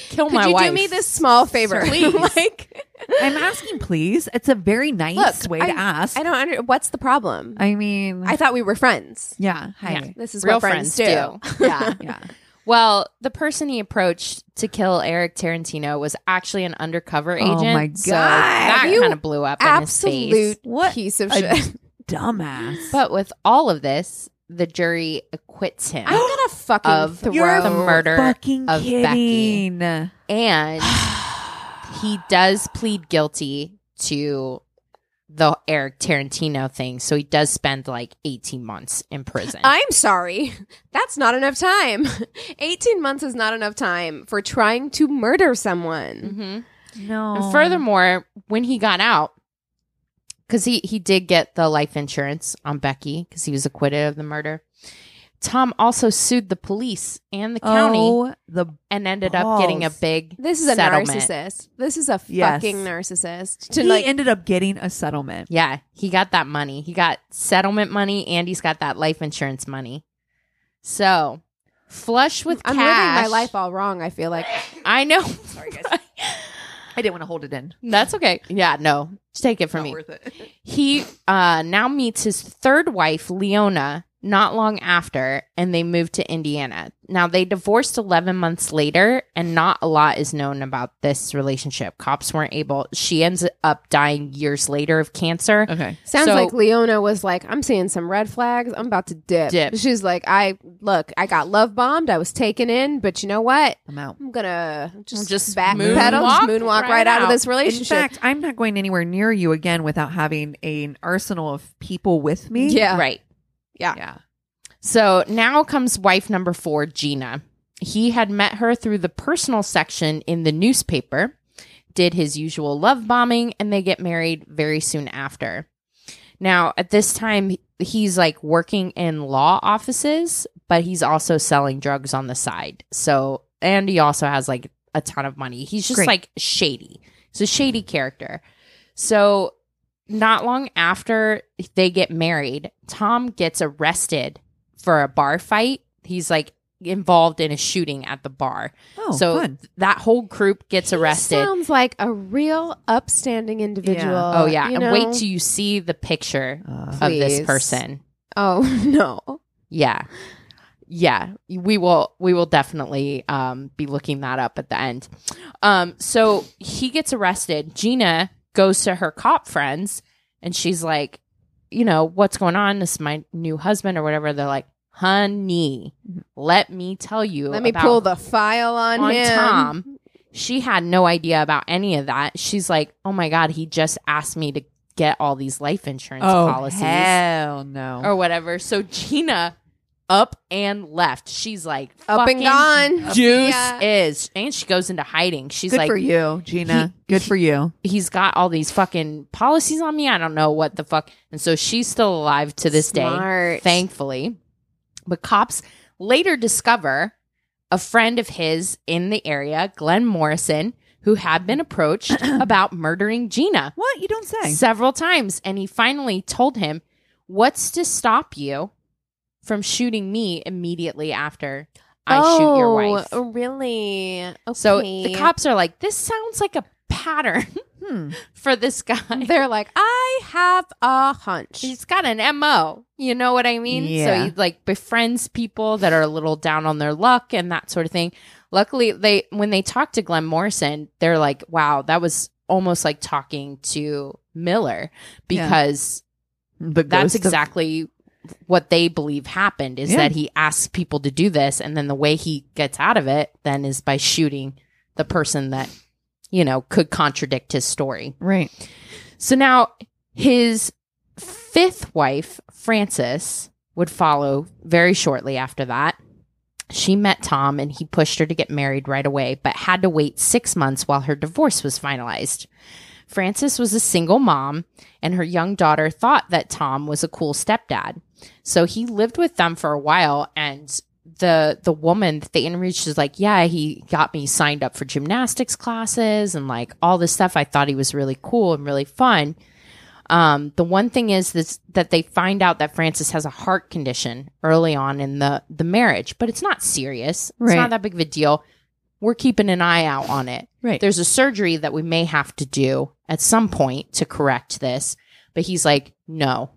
S2: kill
S3: could you do me this small favor?
S2: Please.
S3: like,
S1: I'm asking, please. It's a very nice
S3: look,
S1: way to
S3: I-
S1: ask.
S3: I
S1: I,
S3: don't under. What's the problem? I,
S1: mean,
S3: thought we were friends.
S1: yeah. Hi.
S2: Yeah.
S3: This is
S2: Real
S3: what friends,
S2: friends do. Yeah.
S1: Yeah.
S2: Well, the person he approached to kill Eric Tarantino was actually an undercover
S1: Oh
S2: agent.
S1: my
S2: so
S1: God.
S2: that
S3: You
S2: kind of blew up in his face.
S3: Absolute
S1: What
S3: piece of
S1: a
S3: shit.
S1: Dumbass.
S2: But with all of this, the jury acquits him.
S3: I'm gonna fucking
S2: of
S3: throw
S2: You're the murder
S1: fucking
S2: of Becky.
S1: kidding.
S2: and he does plead guilty to the Eric Tarantino thing. So he does spend like 18 months in prison.
S3: I'm sorry. That's not enough time. 18 months is not enough time for trying to murder someone.
S2: Mhm.
S1: No.
S2: And furthermore, when he got out, because he, he did get the life insurance on Becky because he was acquitted of the murder, Tom also sued the police and the county
S1: Oh, the
S2: and ended up getting a
S1: balls.
S2: big
S3: This is a
S2: settlement.
S3: narcissist. This is a
S1: Yes.
S3: fucking narcissist. To
S1: he
S3: like,
S1: ended up getting a settlement.
S2: Yeah, he got that money. He got settlement money and he's got that life insurance money. So, flush with
S3: I'm
S2: cash.
S3: living my life all wrong. I feel like
S2: I know.
S1: Sorry, guys. I didn't want to hold it in.
S2: That's okay. Yeah, no. Take it from me.
S1: it.
S2: He uh, now meets his third wife, Leona, not long after, and they move to Indiana. Now, they divorced 11 months later, and not a lot is known about this relationship. Cops weren't able. She ends up dying years later of cancer.
S1: Okay.
S3: sounds
S2: So-
S3: like Leona was like, I'm seeing some red flags. I'm about to dip.
S2: Dip.
S3: She's like, I look, I got love bombed. I was taken in, but you know what?
S1: I'm out.
S3: I'm gonna just,
S2: Just
S3: back
S2: moonwalk
S3: pedal, just moonwalk right,
S2: right
S3: out of
S2: out.
S3: this
S1: In
S3: relationship.
S1: fact, I'm not going anywhere near you again without having an arsenal of people with me.
S3: yeah,
S2: Right.
S3: yeah.
S1: Yeah.
S2: So now comes wife number four, Gina. He had met her through the personal section in the newspaper, did his usual love bombing, and they get married very soon after. Now, at this time, he's like working in law offices, but he's also selling drugs on the side. So, and he also has like a ton of money. He's just
S1: Great.
S2: like shady. He's a shady character. So, not long after they get married, Tom gets arrested for a bar fight. He's like involved in a shooting at the bar.
S1: Oh,
S2: so
S1: fun.
S2: that whole group gets arrested.
S3: Sounds like a real upstanding individual.
S2: oh yeah,
S3: you
S2: and
S3: know?
S2: wait till you see the picture
S1: Uh,
S2: of this
S3: Please.
S2: person.
S3: Oh no.
S2: Yeah. Yeah, we will we will definitely um, be looking that up at the end. Um, so he gets arrested. Gina goes to her cop friends and she's like, you know, what's going on? This is my new husband or whatever. They're like, honey, let me tell you.
S3: Let me
S2: about
S3: pull the file on,
S2: on
S3: him.
S2: Tom. She had no idea about any of that. She's like, oh my god, he just asked me to get all these life insurance
S1: oh,
S2: policies Oh,
S1: hell no.
S2: or whatever. So Gina up and left. She's like
S3: Up and
S2: fucking
S3: gone.
S2: Juice
S3: Yeah.
S2: is, and she goes into hiding. She's
S1: Good
S2: like,
S1: for you, Gina. Good for you.
S2: he's got all these fucking policies on me. I don't know what the fuck. And so she's still alive to this day,
S3: Smart.
S2: thankfully. But cops later discover a friend of his in the area, Glenn Morrison, who had been approached about murdering Gina
S1: What? You don't say.
S2: several times. And he finally told him, What's to stop you from shooting me immediately after I shoot your wife?
S3: Oh, Really? Okay.
S2: So the cops are like, This sounds like a pattern
S1: Hmm.
S2: for this guy.
S3: They're like, I have a hunch.
S2: He's got an MO. You know what I mean? So
S1: Yeah.
S2: he like befriends people that are a little down on their luck and that sort of thing. Luckily, they when they talk to Glenn Morrison, they're like, wow, that was almost like talking to Miller
S1: Yeah.
S2: because
S1: hmm, The
S2: that's
S1: ghost of-
S2: exactly what they believe happened is
S1: Yeah.
S2: that he asks people to do this and then the way he gets out of it then is by shooting the person that you know could contradict his story
S1: right.
S2: so now his fifth wife frances would follow very shortly after that she met tom and he pushed her to get married right away but had to wait six months while her divorce was finalized Frances was a single mom, and her young daughter thought that Tom was a cool stepdad. So he lived with them for a while, and the the woman that they interviewed, she's like, "Yeah, he got me signed up for gymnastics classes and like all this stuff. I thought he was really cool and really fun." Um, the one thing is this that they find out that Frances has a heart condition early on in the the marriage, but it's not serious. It's
S1: Right.
S2: not that big of a deal. We're keeping an eye out on it
S1: Right.
S2: there's a surgery that we may have to do at some point to correct this. But he's like, no,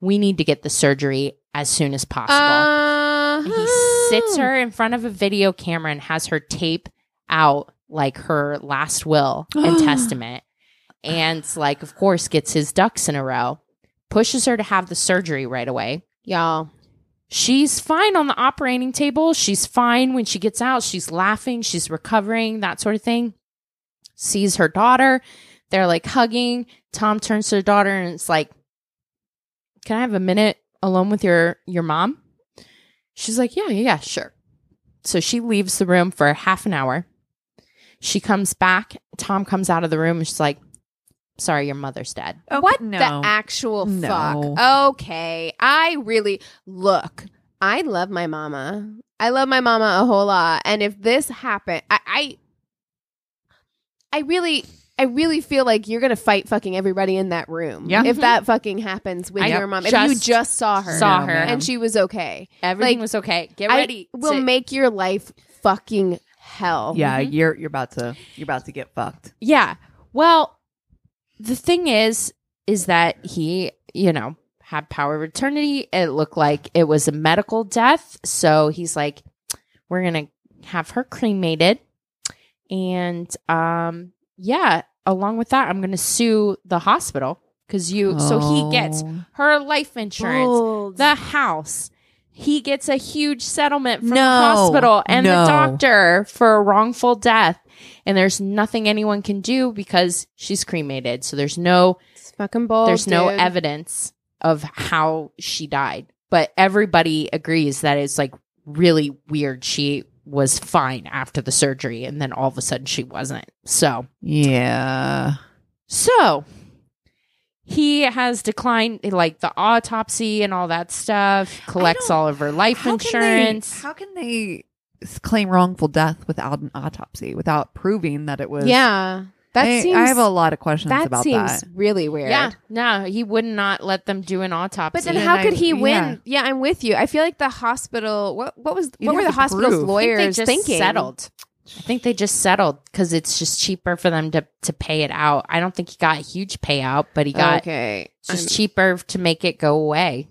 S2: we need to get the surgery as soon as possible.
S3: Uh,
S2: And he
S3: Uh-huh.
S2: sits her in front of a video camera and has her tape out like her last will and testament. And like, of course, gets his ducks in a row, pushes her to have the surgery right away.
S3: y'all.
S2: She's fine on the operating table. She's fine when she gets out. She's laughing. She's recovering, that sort of thing. Sees her daughter. They're like hugging. Tom turns to the daughter and it's like, Can I have a minute alone with your your mom? She's like, Yeah, yeah, yeah, sure. So she leaves the room for half an hour. She comes back. Tom comes out of the room and she's like, Sorry, your mother's dead.
S1: Okay,
S3: what
S1: Oh, no.
S3: the actual
S1: No.
S3: fuck? Okay, I really look. I love my mama. I love my mama a whole lot. And if this happened, I, I, I really, I really feel like you're gonna fight fucking everybody in that room.
S1: Yeah. Mm-hmm.
S3: If that fucking happens with
S2: I
S3: your mom, if you
S2: just
S3: just saw her,
S2: Saw
S1: No,
S2: her.
S1: ma'am.
S3: and she was okay,
S2: Everything
S3: Like,
S2: was okay. Get
S3: I
S2: ready.
S3: will
S2: Sit.
S3: make your life fucking hell.
S1: Yeah,
S2: Mm-hmm.
S1: you're you're about to you're about to get fucked.
S2: Yeah. Well, the thing is, is that he, you know, had power of eternity. It looked like it was a medical death. So he's like, we're going to have her cremated. And um, yeah, along with that, I'm going to sue the hospital because you, so he gets
S1: Oh.
S2: her life insurance,
S3: Bold.
S2: the house. He gets a huge settlement from the
S1: No.
S2: hospital and
S1: No.
S2: the doctor for a wrongful death. And there's nothing anyone can do because she's cremated. So there's no
S3: It's fucking bold.
S2: there's no
S3: dude.
S2: evidence of how she died. But everybody agrees that it's like really weird. She was fine after the surgery and then all of a sudden she wasn't. So
S1: Yeah.
S2: so he has declined like the autopsy and all that stuff, collects
S1: don't-
S2: all of her life
S1: How can they-
S2: insurance.
S1: how can they s- claim wrongful death without an autopsy, without proving that it was
S3: Yeah. That
S1: I,
S3: seems
S1: I have a lot of questions
S3: that
S1: about
S3: seems
S1: that.
S3: really weird.
S2: Yeah, no, he would not let them do an autopsy.
S3: But then,
S2: And
S3: how
S2: I-
S3: could he
S1: yeah.
S3: win? Yeah. I'm with you. I feel like the hospital. What what was
S1: You'd
S3: what were
S1: have
S3: the
S1: to
S3: hospital's
S1: prove.
S2: I think they
S3: lawyers
S2: just
S3: thinking?
S2: Settled. I think they just settled because it's just cheaper for them to to pay it out. I don't think he got a huge payout, but he got
S3: okay.
S2: it's just cheaper to make it go away.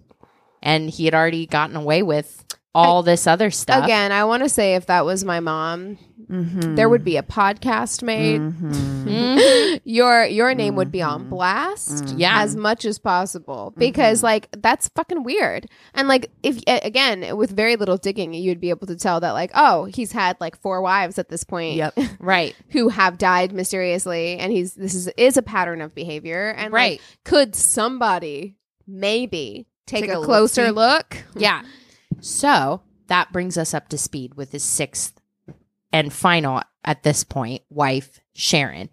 S2: And he had already gotten away with all this other stuff.
S3: Again, I want to say if that was my mom,
S1: Mhm.
S3: there
S2: Mm.
S3: would be a podcast made.
S1: Mhm.
S2: Mhm.
S3: Your your name would be on blast.
S2: Mm-hmm. Mm. Yeah. Mm-hmm.
S3: as much as possible because like that's fucking weird and like if a- again with very little digging you'd be able to tell that like oh he's had like four wives at this point
S1: Yep.
S2: right.
S3: who have died mysteriously and he's this is is a pattern of behavior and like,
S2: Right.
S3: could somebody maybe take,
S1: Take
S3: a,
S1: a
S3: closer
S1: look-see?
S3: look
S2: Yeah. So that brings us up to speed with his sixth and final, at this point, wife, Sharon.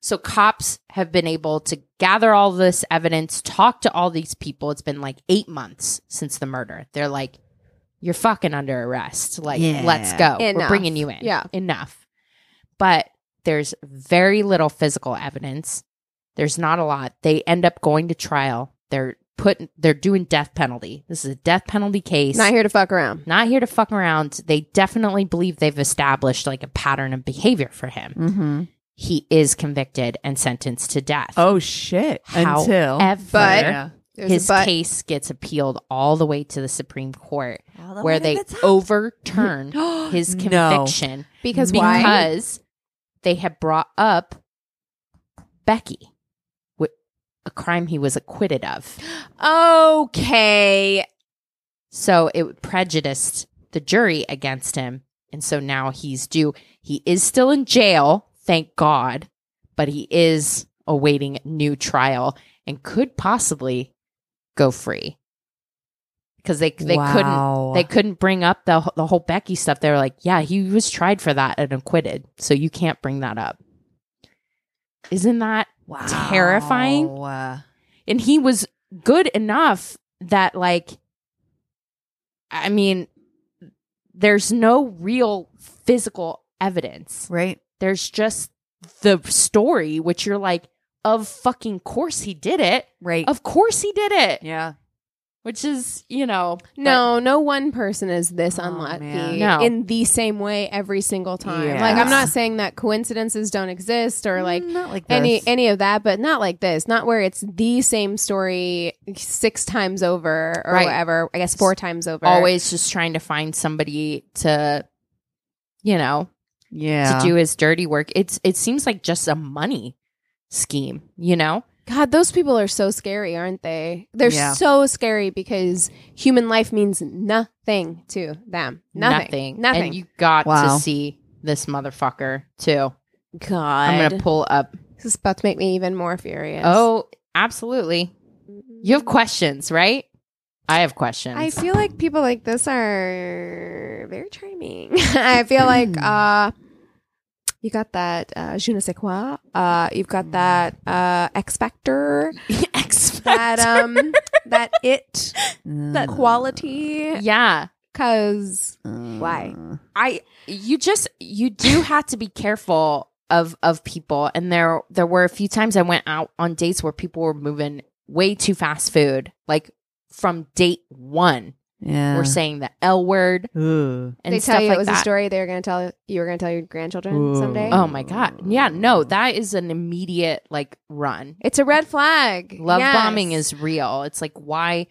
S2: So cops have been able to gather all this evidence, talk to all these people. It's been like eight months since the murder. They're like, you're fucking under arrest. Like,
S1: Yeah.
S2: let's go. We're
S3: Enough.
S2: bringing you in.
S3: Yeah.
S2: Enough. But there's very little physical evidence. There's not a lot. They end up going to trial. They're put they're doing death penalty. This is a death penalty case.
S3: not here to fuck around
S2: Not here to fuck around. They definitely believe they've established like a pattern of behavior for him.
S1: Mhm.
S2: He is convicted and sentenced to death.
S1: Oh shit! Until
S2: However,
S3: But-
S1: Yeah.
S3: There's a
S2: his
S3: but.
S2: case gets appealed all the way to the Supreme Court
S1: All the way
S2: where
S1: to
S2: they
S1: the top.
S2: overturn his
S1: No.
S2: conviction
S3: because why
S2: because they had brought up Becky, wh- a crime he was acquitted of.
S3: okay
S2: So it prejudiced the jury against him. And so now he's due. He is still in jail, thank God, but he is awaiting new trial and could possibly go free. Because they they
S1: Wow.
S2: couldn't they couldn't bring up the wh- the whole Becky stuff. They were like, yeah, he was tried for that and acquitted, so you can't bring that up. Isn't that
S1: Wow.
S2: terrifying.
S1: Uh,
S2: and he was good enough that like i mean there's no real physical evidence
S1: right?
S2: there's just the story which you're like of fucking course he did it
S1: Right.
S2: of course he did it
S1: yeah.
S2: which is you know
S3: no no one person is this
S1: Oh,
S3: unlucky
S1: man.
S2: No.
S3: in the same way every single time
S1: Yeah.
S3: like i'm not saying that coincidences don't exist or like
S1: Mm, not like this.
S3: any any of that, but not like this. Not where it's the same story six times over or
S2: Right.
S3: whatever. I guess four times over.
S2: but always just trying to find somebody to you know
S1: yeah.
S2: to do his dirty work it's it seems like just a money scheme you know
S3: God, those people are so scary, aren't they? They're
S1: Yeah.
S3: so scary because human life means nothing to them. Nothing.
S2: nothing. And you got
S1: Wow.
S2: to see this motherfucker too.
S3: God,
S2: I'm gonna pull up.
S3: this is about to make me even more furious.
S2: Oh, absolutely. You have questions, right? I have questions.
S3: Mm-hmm. I feel like people like this are very charming. I feel like
S2: Mm.
S3: uh, you got that uh, je ne sais quoi. Uh, you've
S2: Mm.
S3: got that uh, X Factor.
S2: X
S3: That um, that it,
S1: Mm.
S3: that quality.
S2: Yeah.
S3: Cause
S1: Mm.
S3: why?
S2: I you just you do have to be careful of of people and there there were a few times I went out on dates where people were moving way too fast food. Like from date one,
S1: Yeah.
S2: we're saying the L word
S1: Ooh.
S2: and
S3: they
S2: stuff
S3: tell you
S2: like
S3: it was
S2: that.
S3: a story they were gonna tell you were gonna tell your grandchildren
S1: Ooh.
S3: someday.
S2: Oh my god. Yeah, no, that is an immediate like run.
S3: It's a red flag.
S2: Love
S3: Yes.
S2: bombing is real. It's like why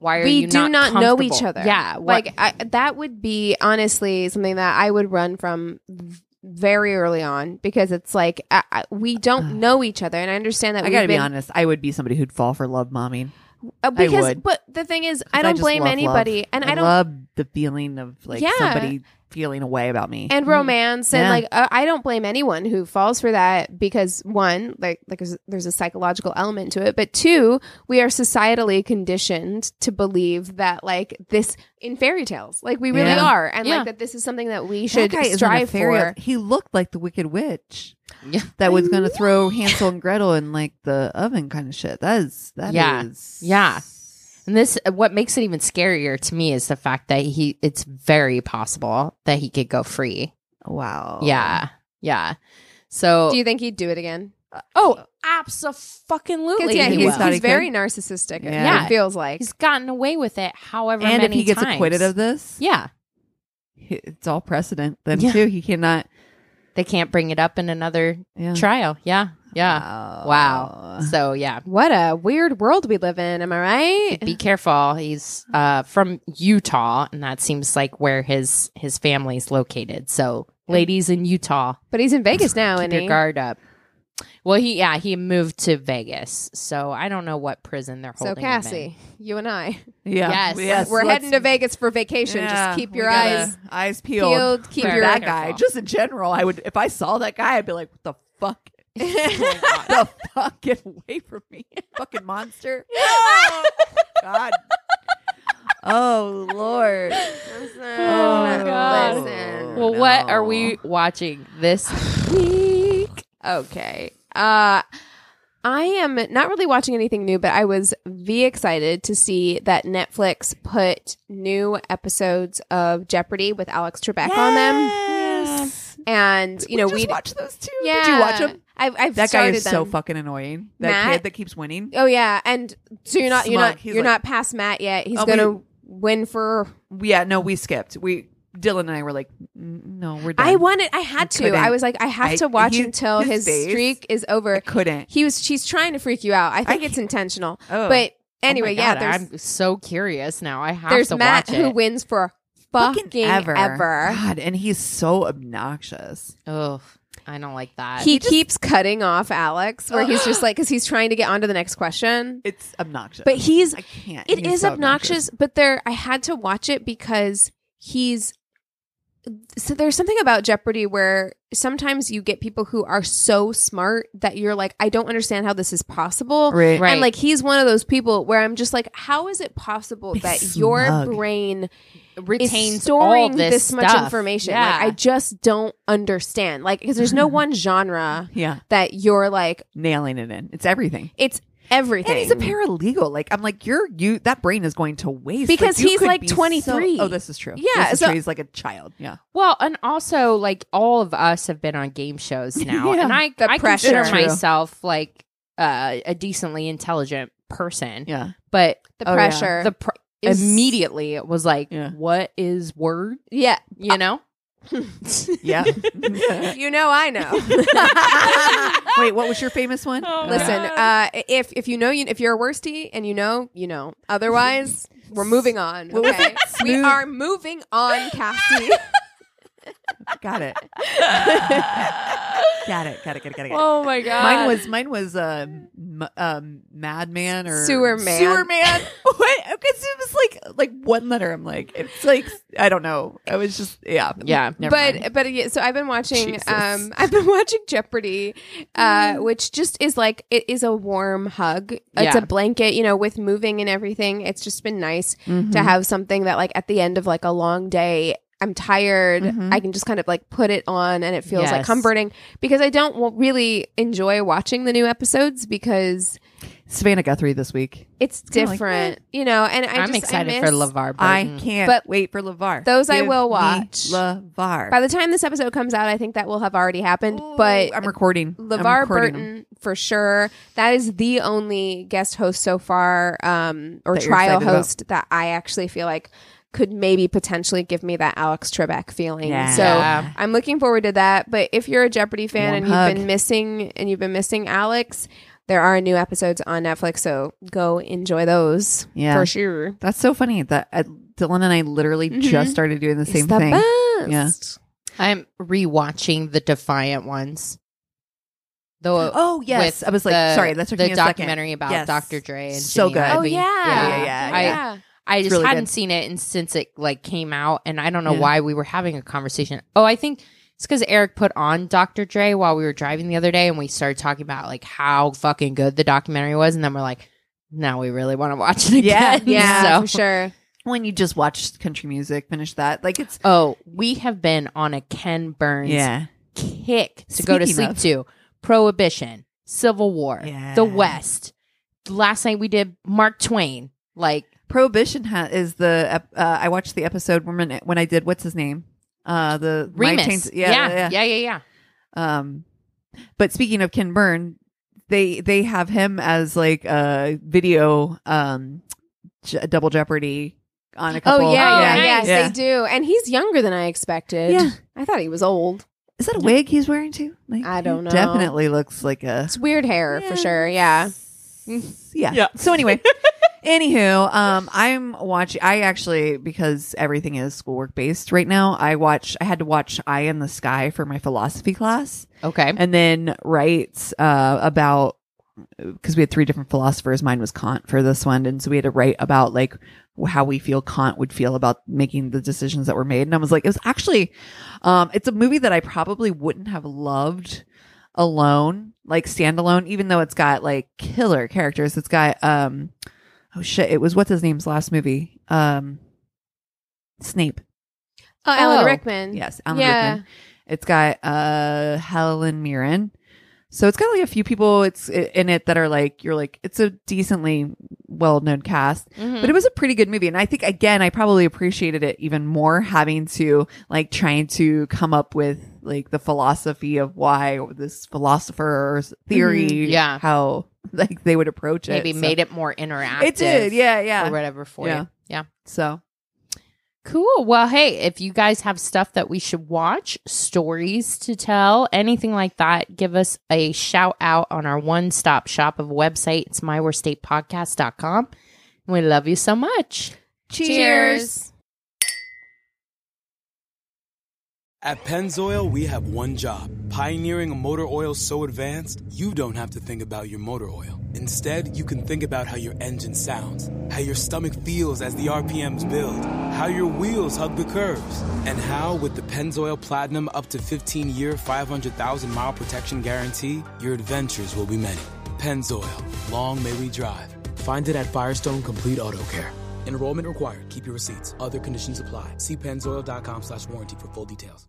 S2: why are
S3: we
S2: you
S3: do not, know each
S2: comfortable?
S3: other.
S2: Yeah. What,
S3: like I, that would be honestly something that I would run from v- very early on because it's like I, I, we don't know each other, and I understand that.
S1: I
S3: we've
S1: gotta be
S3: been-
S1: honest. I would be somebody who'd fall for love momming.
S3: uh, because,
S1: would.
S3: but the thing is, I don't
S1: just
S3: blame
S1: love love.
S3: anybody, and I, don't
S1: love the feeling of like
S3: Yeah.
S1: somebody feeling a way about me.
S3: and romance and
S1: Mm. Yeah.
S3: like uh, I don't blame anyone who falls for that because one like like there's, there's a psychological element to it but two we are societally conditioned to believe that like this in fairy tales like we really
S1: Yeah.
S3: are and
S2: Yeah.
S3: like that this is something that we
S1: That
S3: should
S1: guy is in a
S3: strive
S1: fairy-
S3: for
S1: He looked like the Wicked Witch.
S2: Yeah.
S1: That was gonna throw Hansel and Gretel in like the oven kind of shit. That is that is
S2: Yeah. Yeah. and this what makes it even scarier to me is the fact that he it's very possible that he could go free.
S1: Wow.
S2: Yeah. Yeah. So
S3: Oh. Do you think he'd do it again?
S2: oh, absolutely.
S3: Because yeah,
S1: he
S3: he's,
S1: will.
S3: he's very narcissistic.
S1: Yeah.
S3: It feels like
S2: He's gotten away with it, however
S1: and
S2: many
S1: if he gets
S2: times.
S1: acquitted of this,
S2: yeah,
S1: it's all precedent. Then
S2: Yeah.
S1: too, he cannot.
S2: they can't bring it up in another
S1: Yeah.
S2: trial. Yeah, yeah. uh, Wow. So yeah,
S3: what a weird world we live in. Am I right?
S2: be careful. He's uh, from Utah, and that seems like where his his family's located. So ladies in Utah,
S3: But he's in Vegas now,
S2: keep
S3: Oh, and
S2: your guard up. Well, he yeah he moved to Vegas, so I don't know what prison they're
S3: so
S2: holding. him in.
S3: Cassie, you and I,
S1: Yeah.
S2: Yes.
S3: we're
S1: let's-
S3: heading to Vegas for vacation.
S1: Yeah,
S3: Just keep
S1: we
S3: your
S1: gotta-
S3: eyes
S1: eyes peeled.
S3: peeled. Keep
S1: for
S3: your
S1: that
S2: Careful.
S1: guy. Just in general, I would if I saw that guy, I'd be like, "What the fuck? the fuck? Get away from me, fucking monster!" God. Oh Lord.
S3: Listen,
S1: Oh,
S2: God.
S3: listen.
S2: Well, what
S1: No.
S2: are we watching this? Oh
S3: week. Okay. Uh I am not really watching anything new, but I was v excited to see that Netflix put new episodes of Jeopardy with Alex Trebek on them,
S1: Yes.
S3: and you know
S1: we
S3: we
S1: just watched those two.
S3: yeah.
S1: Did you watch them?
S3: I've, I've
S1: That guy
S3: started
S1: is so
S3: them.
S1: fucking annoying. That
S3: Matt?
S1: kid that keeps winning.
S3: Oh yeah, and so you're not you're
S1: Smug.
S3: not
S1: He's
S3: you're
S1: like-
S3: not past Matt yet. He's
S1: Oh, we-
S3: gonna win for.
S1: Yeah, no, we skipped. We Dylan and I were like, "N- no, we're done.
S3: I wanted. I had to.
S1: couldn't.
S3: I was like, I have
S1: I-
S3: to watch
S1: he-
S3: until his,
S1: his face-
S3: streak is over.
S1: I couldn't.
S3: He was. She's trying to freak you out. I think it's intentional.
S1: Oh.
S3: But anyway,
S2: Oh my
S3: yeah.
S2: God,
S3: There's
S2: I'm so curious now. I have
S3: there's
S2: to
S3: Matt
S2: watch
S3: who
S2: it.
S3: wins for fucking, ever.
S1: God, and he's so obnoxious.
S2: Ugh, I don't like that.
S3: He keeps cutting off Alex, where he's just like, because he's trying to get on to the next question.
S1: It's obnoxious.
S3: But he's
S1: I can't.
S3: It
S1: He's
S3: is
S1: so
S3: obnoxious, but there I had to watch it because he's so there's something about Jeopardy where sometimes you get people who are so smart that you're like, I don't understand how this is possible.
S1: Right.
S2: Right.
S3: And like he's one of those people where I'm just like, how is it possible
S1: He's
S3: that
S1: smug.
S3: your brain
S2: retains
S3: is storing
S2: all this,
S3: much
S2: stuff.
S3: information?
S2: Yeah.
S3: Like I just don't understand. Like because there's no one genre
S1: Yeah,
S3: that you're like,
S1: nailing it in. It's everything.
S3: it's everything.
S1: And he's a paralegal. Like I'm like you're you. That brain is going to waste
S3: Because
S1: you
S3: he's,
S1: could
S3: like,
S1: be so-
S3: 23.
S1: oh, this is true.
S3: Yeah,
S1: this is
S3: so-
S1: true. he's like a child. Yeah,
S2: well, and also like all of us have been on game shows now,
S1: Yeah.
S2: and I
S3: The
S2: I
S3: pressure.
S2: consider
S3: True.
S2: myself like uh, a decently intelligent person,
S1: yeah.
S2: but
S3: the
S1: Oh, yeah.
S3: pressure.
S2: the pr-
S3: Is-
S2: immediately it was like,
S1: Yeah.
S2: what is word?
S3: yeah.
S2: You know,
S1: Yeah.
S3: You know I know.
S1: Wait, what was your famous one?
S3: Listen, uh, if if you know you if you're a worstie and you know, you know. Otherwise, we're moving on.
S1: What was
S3: Okay?
S1: it?
S3: we
S1: Smooth-
S3: are moving on, Cassie.
S1: got it. got it. Got it. Got it. Got it. Got it.
S2: oh my god,
S1: Mine was mine was um, m- um madman or
S3: Sewer man.
S1: Sewer man. what? Because it was like like one letter. I'm like it's like I don't know. I was just yeah
S2: yeah, never
S3: but
S2: mind.
S3: but yeah, so I've been watching
S1: Jesus.
S3: um I've been watching Jeopardy, uh, which just is like it is a warm hug. It's
S2: Mm. Yeah.
S3: a blanket, you know, with moving and everything. It's just been nice
S1: Mm-hmm.
S2: Mm-hmm.
S3: to have something that like at the end of like a long day. I'm tired. I can just kind of like put it on and it feels like
S2: Mm-hmm. Yes.
S3: comforting because I don't w- really enjoy watching the new episodes because
S1: Savannah Guthrie this week.
S3: it's
S1: kinda like,
S3: different, you know, and I
S2: I'm
S3: just, I
S2: excited
S3: miss-
S2: for LeVar. Burton.
S1: I can't
S3: But
S1: wait for Levar.
S3: those I
S1: Give
S3: will
S1: me
S3: watch.
S1: Levar.
S3: By the time this episode comes out, I think that will have already happened, but
S1: I'm recording. I'm
S3: LeVar
S1: recording
S3: Burton
S1: them.
S3: for sure. That is the only guest host so far, um, or
S1: That you're
S3: trial
S1: excited about.
S3: host that I actually feel like could maybe potentially give me that Alex Trebek feeling.
S1: Yeah.
S3: So
S2: Yeah.
S3: I'm looking forward to that. But if you're a Jeopardy fan
S1: Warm
S3: and
S1: hug.
S3: you've been missing and you've been missing Alex, there are new episodes on Netflix, so go enjoy those
S1: Yeah.
S3: for sure.
S1: That's so funny that uh, Dylan and I literally just started doing the same
S3: Mm-hmm. it's the
S1: thing.
S3: best.
S1: Yeah.
S2: I'm rewatching the Defiant ones. Though
S1: Oh yes,
S2: with
S1: I was like,
S2: the-
S1: sorry, that's
S2: the
S1: me a second.
S2: documentary about
S1: Yes.
S2: Dr. Dre. And
S1: So
S2: Jimmy
S1: good.
S3: Oh
S2: Iovine.
S3: yeah.
S1: Yeah, yeah,
S2: I,
S1: yeah.
S2: I just
S1: really
S2: hadn't
S1: good.
S2: seen it and since it like came out, and I don't know
S1: Yeah.
S2: why we were having a conversation. Oh, I think it's because Eric put on Dr. Dre while we were driving the other day, and we started talking about like how fucking good the documentary was, and then we're like, now we really want to watch it
S1: Yeah.
S2: again.
S3: Yeah,
S2: So-
S3: for sure.
S1: When you just watch country music, finish that. Like it's
S2: Oh, we have been on a Ken Burns kick to go to
S1: Speaking
S2: sleep
S1: of-
S2: to. Prohibition, Civil War,
S1: Yeah.
S2: the West. Last night we did Mark Twain. Like,
S1: Prohibition ha- is the ep- uh, I watched the episode when when I did what's his name uh the my
S2: Remus.
S1: Chains-
S2: yeah,
S1: yeah,
S2: yeah, yeah, yeah,
S1: yeah. um But speaking of Ken Burn, they they have him as like a video um Je- double jeopardy on a couple.
S3: Oh yeah,
S2: Oh,
S3: yeah,
S2: nice.
S3: yes,
S1: Yeah.
S3: they do. And he's younger than I expected.
S1: Yeah.
S3: I thought he was old.
S1: Is that a wig he's wearing too? Like,
S3: I
S1: he
S3: don't know.
S1: Definitely looks like a
S3: It's weird hair
S1: Yeah.
S3: for sure. Yeah.
S1: yeah.
S2: Yeah.
S1: So anyway, anywho, um, I'm watching. I actually because everything is schoolwork based right now. I watch. I had to watch Eye in the Sky for my philosophy class,
S2: Okay.
S1: and then write uh, about because we had three different philosophers. Mine was Kant for this one, and so we had to write about like how we feel Kant would feel about making the decisions that were made. And I was like, it was actually, um, it's a movie that I probably wouldn't have loved alone, like standalone, even though it's got like killer characters. It's got um, oh shit, it was what's his name's last movie, um, Snape.
S3: Oh, Alan
S2: Oh.
S3: Rickman.
S1: Yes, Alan
S3: Yeah.
S1: Rickman. It's got uh Helen Mirren. So it's got like a few people it's in it that are like you're like it's a decently well-known cast.
S2: Mhm.
S1: But it was a pretty good movie and I think again I probably appreciated it even more having to like trying to come up with like the philosophy of why this philosopher's theory
S2: Mm-hmm. yeah.
S1: how like they would approach it.
S2: Maybe
S1: So-
S2: made it more interactive.
S1: It did. Yeah,
S2: Or
S1: yeah.
S2: whatever for
S1: Yeah.
S2: you. Yeah.
S1: So
S2: Cool. Well, hey, if you guys have stuff that we should watch, stories to tell, anything like that, give us a shout out on our one stop shop of a website. It's myworststatepodcast.com. We love you so much.
S3: Cheers.
S5: At Pennzoil, we have one job pioneering a motor oil so advanced, you don't have to think about your motor oil. Instead, you can think about how your engine sounds, how your stomach feels as the RPMs build, how your wheels hug the curves, and how, with the Pennzoil Platinum up to 15 year, 500,000 mile protection guarantee, your adventures will be many. Pennzoil, long may we drive. Find it at Firestone Complete Auto Care. Enrollment required. Keep your receipts. Other conditions apply. See pennzoil.com slash warranty for full details.